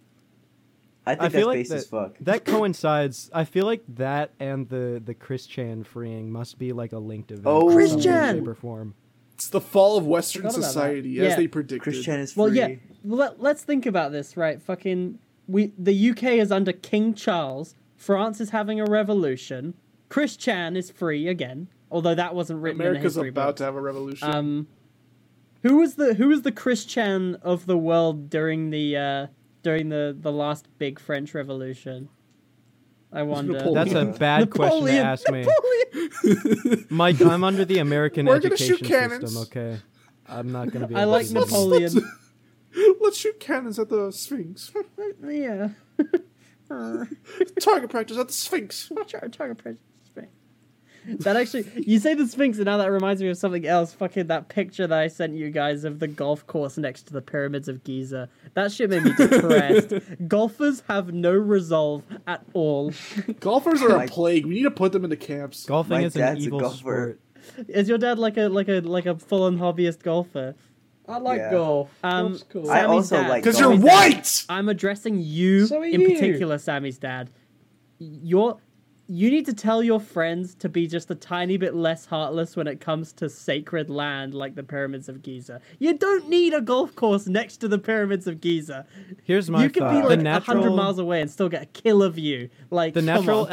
S1: I think
S3: I
S1: that's
S3: feel like
S1: base as
S3: that,
S1: fuck.
S3: that coincides. I feel like that and the the Chris Chan freeing must be like a linked event.
S1: Oh.
S3: in
S1: Chris
S3: some way,
S2: Chan!
S3: shape, or form.
S4: It's the fall of Western
S2: Forgot about that.
S4: society,
S2: Yeah.
S4: as they predicted.
S1: Christian is free.
S2: Well, yeah. Well, Let, let's think about this, right? Fucking, we the UK is under King Charles. France is having a revolution. Chris Chan is free again, although that wasn't written
S4: America's
S2: in the history
S4: about
S2: books.
S4: to have a revolution.
S2: Um, who was the who was the Chris Chan of the world during the uh, during the the last big French Revolution? I wonder.
S4: Napoleon.
S3: That's a bad question to
S2: Napoleon-
S3: ask me.
S2: Napoleon.
S3: Mike, I'm under the American
S4: We're gonna shoot
S3: education
S4: cannons.
S3: system, okay? I'm not going to be.
S2: I
S3: able
S2: like
S3: to do this.
S2: Napoleon.
S4: Let's shoot cannons at the Sphinx.
S2: yeah.
S4: Target practice at the Sphinx.
S2: Char- target practice Sphinx. That actually, you say the Sphinx, and now that reminds me of something else. Fucking that picture that I sent you guys of the golf course next to the pyramids of Giza. That shit made me depressed. Golfers have no resolve at all.
S4: Golfers are a
S1: Like-
S4: plague. We need to put them into camps.
S3: Golfing
S1: My
S3: is an
S1: dad's a
S3: evil
S1: golfer.
S3: sport.
S2: Is your dad like a like a like a full-on hobbyist golfer?
S6: I like
S1: Yeah.
S6: golf.
S2: Um,
S6: Golf's cool.
S1: I
S2: Sammy's
S1: also
S2: dad.
S1: like
S4: Because
S1: golf.
S4: you're
S2: Sammy's dad.
S4: white!
S2: I'm addressing you
S6: So are
S2: in
S6: you.
S2: particular, Sammy's dad. You're you need to tell your friends to be just a tiny bit less heartless when it comes to sacred land like the pyramids of Giza. You don't need a golf course next to the pyramids of Giza.
S3: Here's my
S2: you could
S3: thought.
S2: be like
S3: the
S2: a
S3: natural,
S2: hundred miles away and still get a killer view. Like
S3: the
S2: come
S3: natural
S2: on.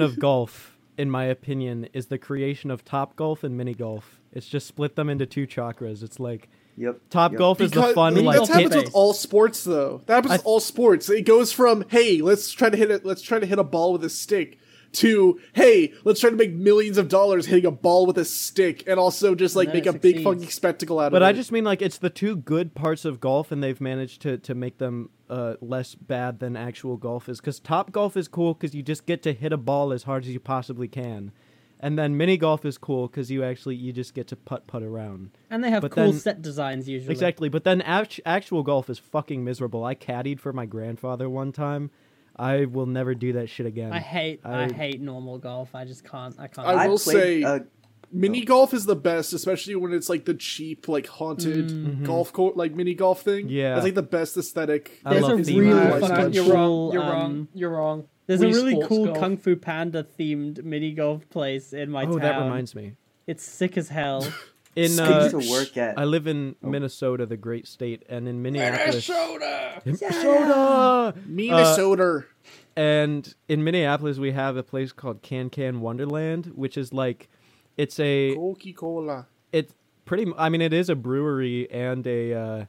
S3: of golf, in my opinion, is the creation of top golf and mini golf. It's just split them into two chakras. It's like
S1: Yep.
S3: top
S1: yep.
S3: golf is the
S4: Because-
S3: fun,
S2: Mini
S3: like
S4: that's
S2: golf
S3: hit
S4: happens
S2: hit-
S4: with all sports though. That happens
S3: I-
S4: with all sports. It goes from hey, let's try to hit it. Let's try to hit a ball with a stick. To hey, let's try to make millions of dollars hitting a ball with a stick, and also just like
S2: then
S4: make
S2: it
S4: a big
S2: succeeds.
S4: fucking spectacle out
S3: But
S4: of it.
S3: I just mean like it's the two good parts of golf, and they've managed to to make them uh, less bad than actual golf is. Because top golf is cool because you just get to hit a ball as hard as you possibly can, and then mini golf is cool because you actually you just get to putt putt around.
S2: and they have
S3: but
S2: cool
S3: then-
S2: set designs usually.
S3: Exactly, but then act- actual golf is fucking miserable. I caddied for my grandfather one time. I will never do that shit again.
S2: I hate I,
S3: I-
S2: hate normal golf. I just can't I can't.
S4: I
S1: I
S4: will say-
S1: played, uh,
S3: Oh.
S4: mini golf is the best, especially when it's like the cheap, like haunted golf court, like mini golf thing.
S3: Mm-hmm. Yeah.
S4: that's like the best aesthetic.
S3: I
S2: There's
S3: love
S2: a
S3: theme
S2: really
S3: parks.
S2: fucking
S6: You're
S2: cool,
S6: wrong. You're wrong.
S2: um,
S6: You're wrong.
S2: There's
S6: Wii
S2: a really
S6: Sports
S2: cool
S6: golf.
S2: Kung Fu Panda themed mini golf place in my
S3: Oh,
S2: town.
S3: that reminds me.
S2: It's sick as hell.
S3: In
S1: I
S3: uh,
S1: used to work at.
S3: I live in Minnesota, the great state, and in Minneapolis.
S4: Minnesota,
S3: Minnesota.
S4: Minnesota.
S3: and in Minneapolis we have a place called Can Can Wonderland, which is like it's a
S4: Coca Cola.
S3: it's pretty m- I mean it is a brewery and a uh,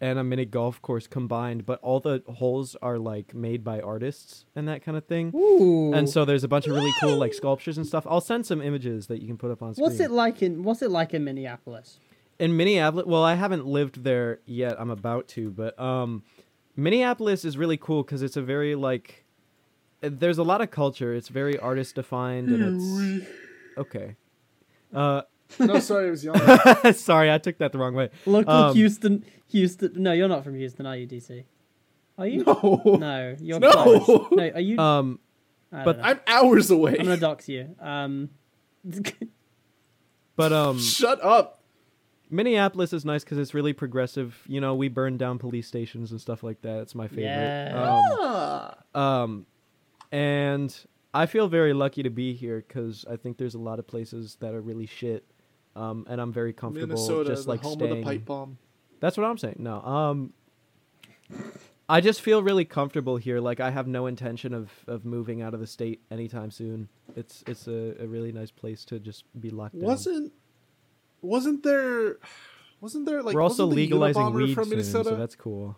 S3: and a mini golf course combined, but all the holes are like made by artists and that kind of thing.
S2: Ooh.
S3: And so there's a bunch of really cool like sculptures and stuff. I'll send some images that you can put up on screen.
S2: what's it like in What's it like in Minneapolis?
S3: in Minneapolis, well, I haven't lived there yet. I'm about to, but um, Minneapolis is really cool because it's a very like, there's a lot of culture. It's very artist defined, and it's okay.
S4: No, sorry, it was young.
S3: Sorry, I took that the wrong way.
S2: Local
S3: Um,
S2: Houston, Houston. No, you're not from Houston, are you, DC? Are you?
S4: no,
S2: No, you're
S4: No.
S2: close. No, are you?
S3: Um,
S2: I
S3: but
S2: don't know.
S4: I'm hours away.
S2: I'm gonna dox you. Um,
S3: but um,
S4: Shut up.
S3: Minneapolis is nice because it's really progressive. You know, we burn down police stations and stuff like that. It's my favorite.
S2: Yeah.
S3: Um, um, and I feel very lucky to be here because I think there's a lot of places that are really shit. Um, and I'm very comfortable
S4: Minnesota,
S3: just
S4: the
S3: like
S4: home of
S3: staying.
S4: the pipe bomb.
S3: That's what I'm saying. No. Um I just feel really comfortable here. Like I have no intention of of moving out of the state anytime soon. It's it's a, a really nice place to just be locked down.
S4: Wasn't wasn't there wasn't there like
S3: We're also
S4: wasn't the
S3: legalizing
S4: Unabomber
S3: weed
S4: from
S3: soon,
S4: Minnesota?
S3: so that's cool.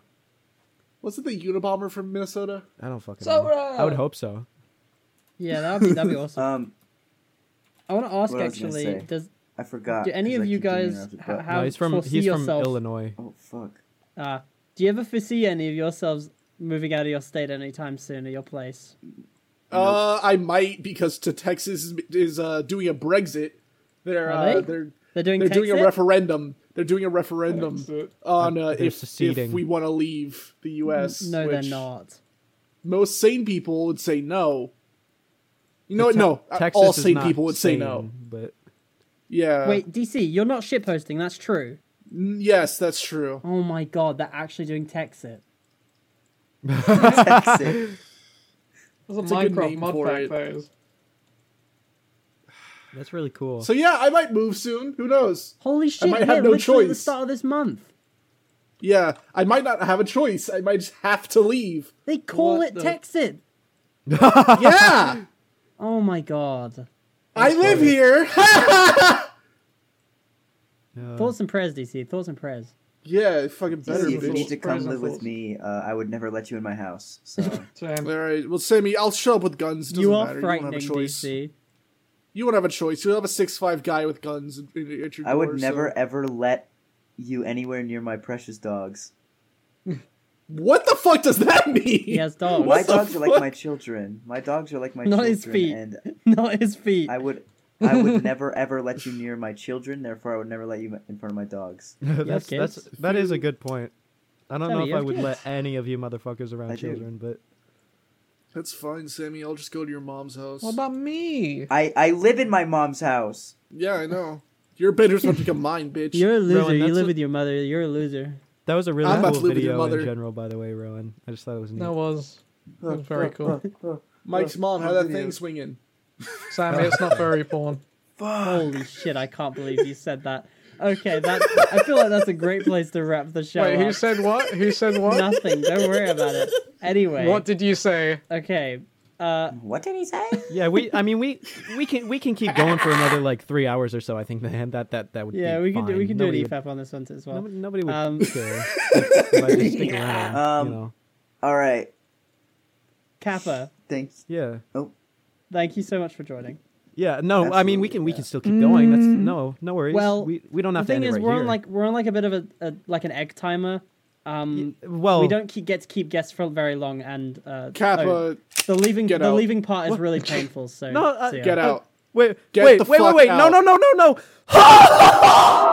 S4: wasn't the Unabomber from Minnesota?
S3: I don't fucking
S6: So,
S3: know. I would
S6: uh,
S3: hope so.
S2: yeah, that'd be that'd be awesome.
S1: um,
S2: I want to ask
S1: What I was gonna
S2: actually,
S1: say.
S2: does
S1: I forgot.
S2: do any
S1: 'cause
S2: of
S1: I
S2: you
S1: keep getting
S2: guys
S1: interrupted,
S2: ha-
S1: but-
S2: have
S3: no, he's from
S2: foresee
S3: he's from
S2: um, yourself?
S3: Illinois.
S1: oh fuck.
S2: Uh, do you ever foresee any of yourselves moving out of your state anytime soon or your place?
S4: Uh, I might because to Texas is, is uh, doing a Brexit. They're
S2: Are
S4: uh,
S2: they?
S4: they're
S2: They're doing
S4: they're doing a
S2: Texit?
S4: referendum. They're doing a referendum on uh,
S3: They're
S4: if, if
S3: seceding.
S4: we want to leave the U.S.
S2: No,
S4: which
S2: they're not.
S4: Most sane people would say no. You know what? No, uh,
S3: Texas
S4: all
S3: is
S4: sane
S3: not
S4: people would say
S3: sane,
S4: no.
S3: But
S4: Yeah.
S2: Wait, DC, you're not shitposting. That's true.
S4: N- Yes, that's true.
S2: Oh my god, they're actually doing Texit.
S1: Texas.
S6: There's a
S4: a good
S6: Minecraft
S4: name
S6: mod
S4: for
S6: pack
S4: it.
S6: there. is.
S3: that's really cool.
S4: So yeah, I might move soon. Who knows?
S2: Holy shit!
S4: might
S2: yeah,
S4: have no
S2: literally at the
S4: choice.
S2: start of this month.
S4: Yeah, I might not have a choice. I might just have to leave.
S2: They call
S6: What
S2: it
S6: the-
S2: Texit.
S4: Yeah,
S2: Oh my god.
S4: I live here.
S3: Uh,
S2: Thoughts and prayers, DC. Thoughts and prayers.
S4: yeah, it fucking better.
S1: if you
S4: bitch.
S1: need to come
S6: Surprise,
S1: live with
S6: unfolds.
S1: me, uh, I would never let you in my house. So
S6: Damn.
S4: All right. Well, Sammy, I'll show up with guns. Doesn't
S2: you are
S4: matter. you won't
S2: frightening,
S4: have a choice.
S2: DC.
S4: You won't have a choice. You'll have a six-five guy with guns at at your
S1: I would
S4: door,
S1: never
S4: so-
S1: ever let you anywhere near my precious dogs.
S4: What the fuck does that mean?
S2: He has dogs.
S1: my
S4: the
S1: dogs are like
S4: fuck?
S1: my children. My dogs are like my
S2: Not
S1: children,
S2: his feet.
S1: and
S2: Not his feet.
S1: I would. I would never ever let you near my children. Therefore, I would never let you in front of my dogs.
S3: that's,
S2: kids?
S3: that's that is a good point. I don't
S2: Sammy,
S3: know if
S2: you
S3: I
S2: have
S3: would
S2: kids?
S3: let any of you motherfuckers around
S1: I do.
S3: children, but
S4: That's fine, Sammy. I'll just go to your mom's house.
S6: What about me?
S1: I I live in my mom's house.
S4: yeah, I know. Your bedroom's about to become mine, bitch.
S2: You're a loser.
S3: Rowan,
S2: you
S3: that's
S2: live
S3: a-
S2: with your mother. You're a loser.
S3: that was a really
S4: I'm about
S3: cool
S4: to live with your
S3: video in
S4: mother.
S3: general, by the way, Rowan. I just thought it was neat.
S6: That was, that was very cool.
S4: Mike's mom. How
S1: Oh,
S4: that
S1: video.
S4: thing swinging?
S6: Sammy, it's not very porn.
S2: Holy shit! I can't believe you said that. Okay, that I feel like that's a great place to wrap the show.
S6: Wait, who
S2: up.
S6: said what? Who said what?
S2: nothing? Don't worry about it. Anyway,
S6: What did you say?
S2: okay. Uh,
S1: What did he say?
S3: Yeah, we. I mean, we we can we can keep going for another like three hours or so. I think man, that that that would.
S2: yeah,
S3: be
S2: we can do
S3: fine.
S2: we can do an E
S3: nobody would-
S2: EFAP on this one as well.
S3: Nobody, nobody would
S2: Um,
S3: care. if- if I just stick around,
S1: Um,
S3: you know.
S1: All right. Oh.
S2: Kappa,
S1: Thanks.
S3: Yeah,
S2: thank you so much for joining.
S3: yeah. No, I mean
S1: Absolutely,
S3: we can we
S1: yeah.
S3: can still keep going. That's no no worries.
S2: Well,
S3: we, we don't
S2: The
S3: have to
S2: thing
S3: end it
S2: is,
S3: right
S2: we're
S3: here.
S2: on like we're on like a bit of a, a like an egg timer. Um,
S3: well,
S2: we don't keep, get to keep guests for very long, and uh,
S4: Kappa,
S2: oh, the leaving
S4: get
S2: the
S4: out.
S2: leaving part is really painful. So
S3: No, uh,
S2: so yeah.
S4: get out.
S3: Wait,
S4: Get
S3: wait,
S4: the
S3: wait, wait,
S4: fuck
S3: wait! No,
S4: out.
S3: no, no, no, no!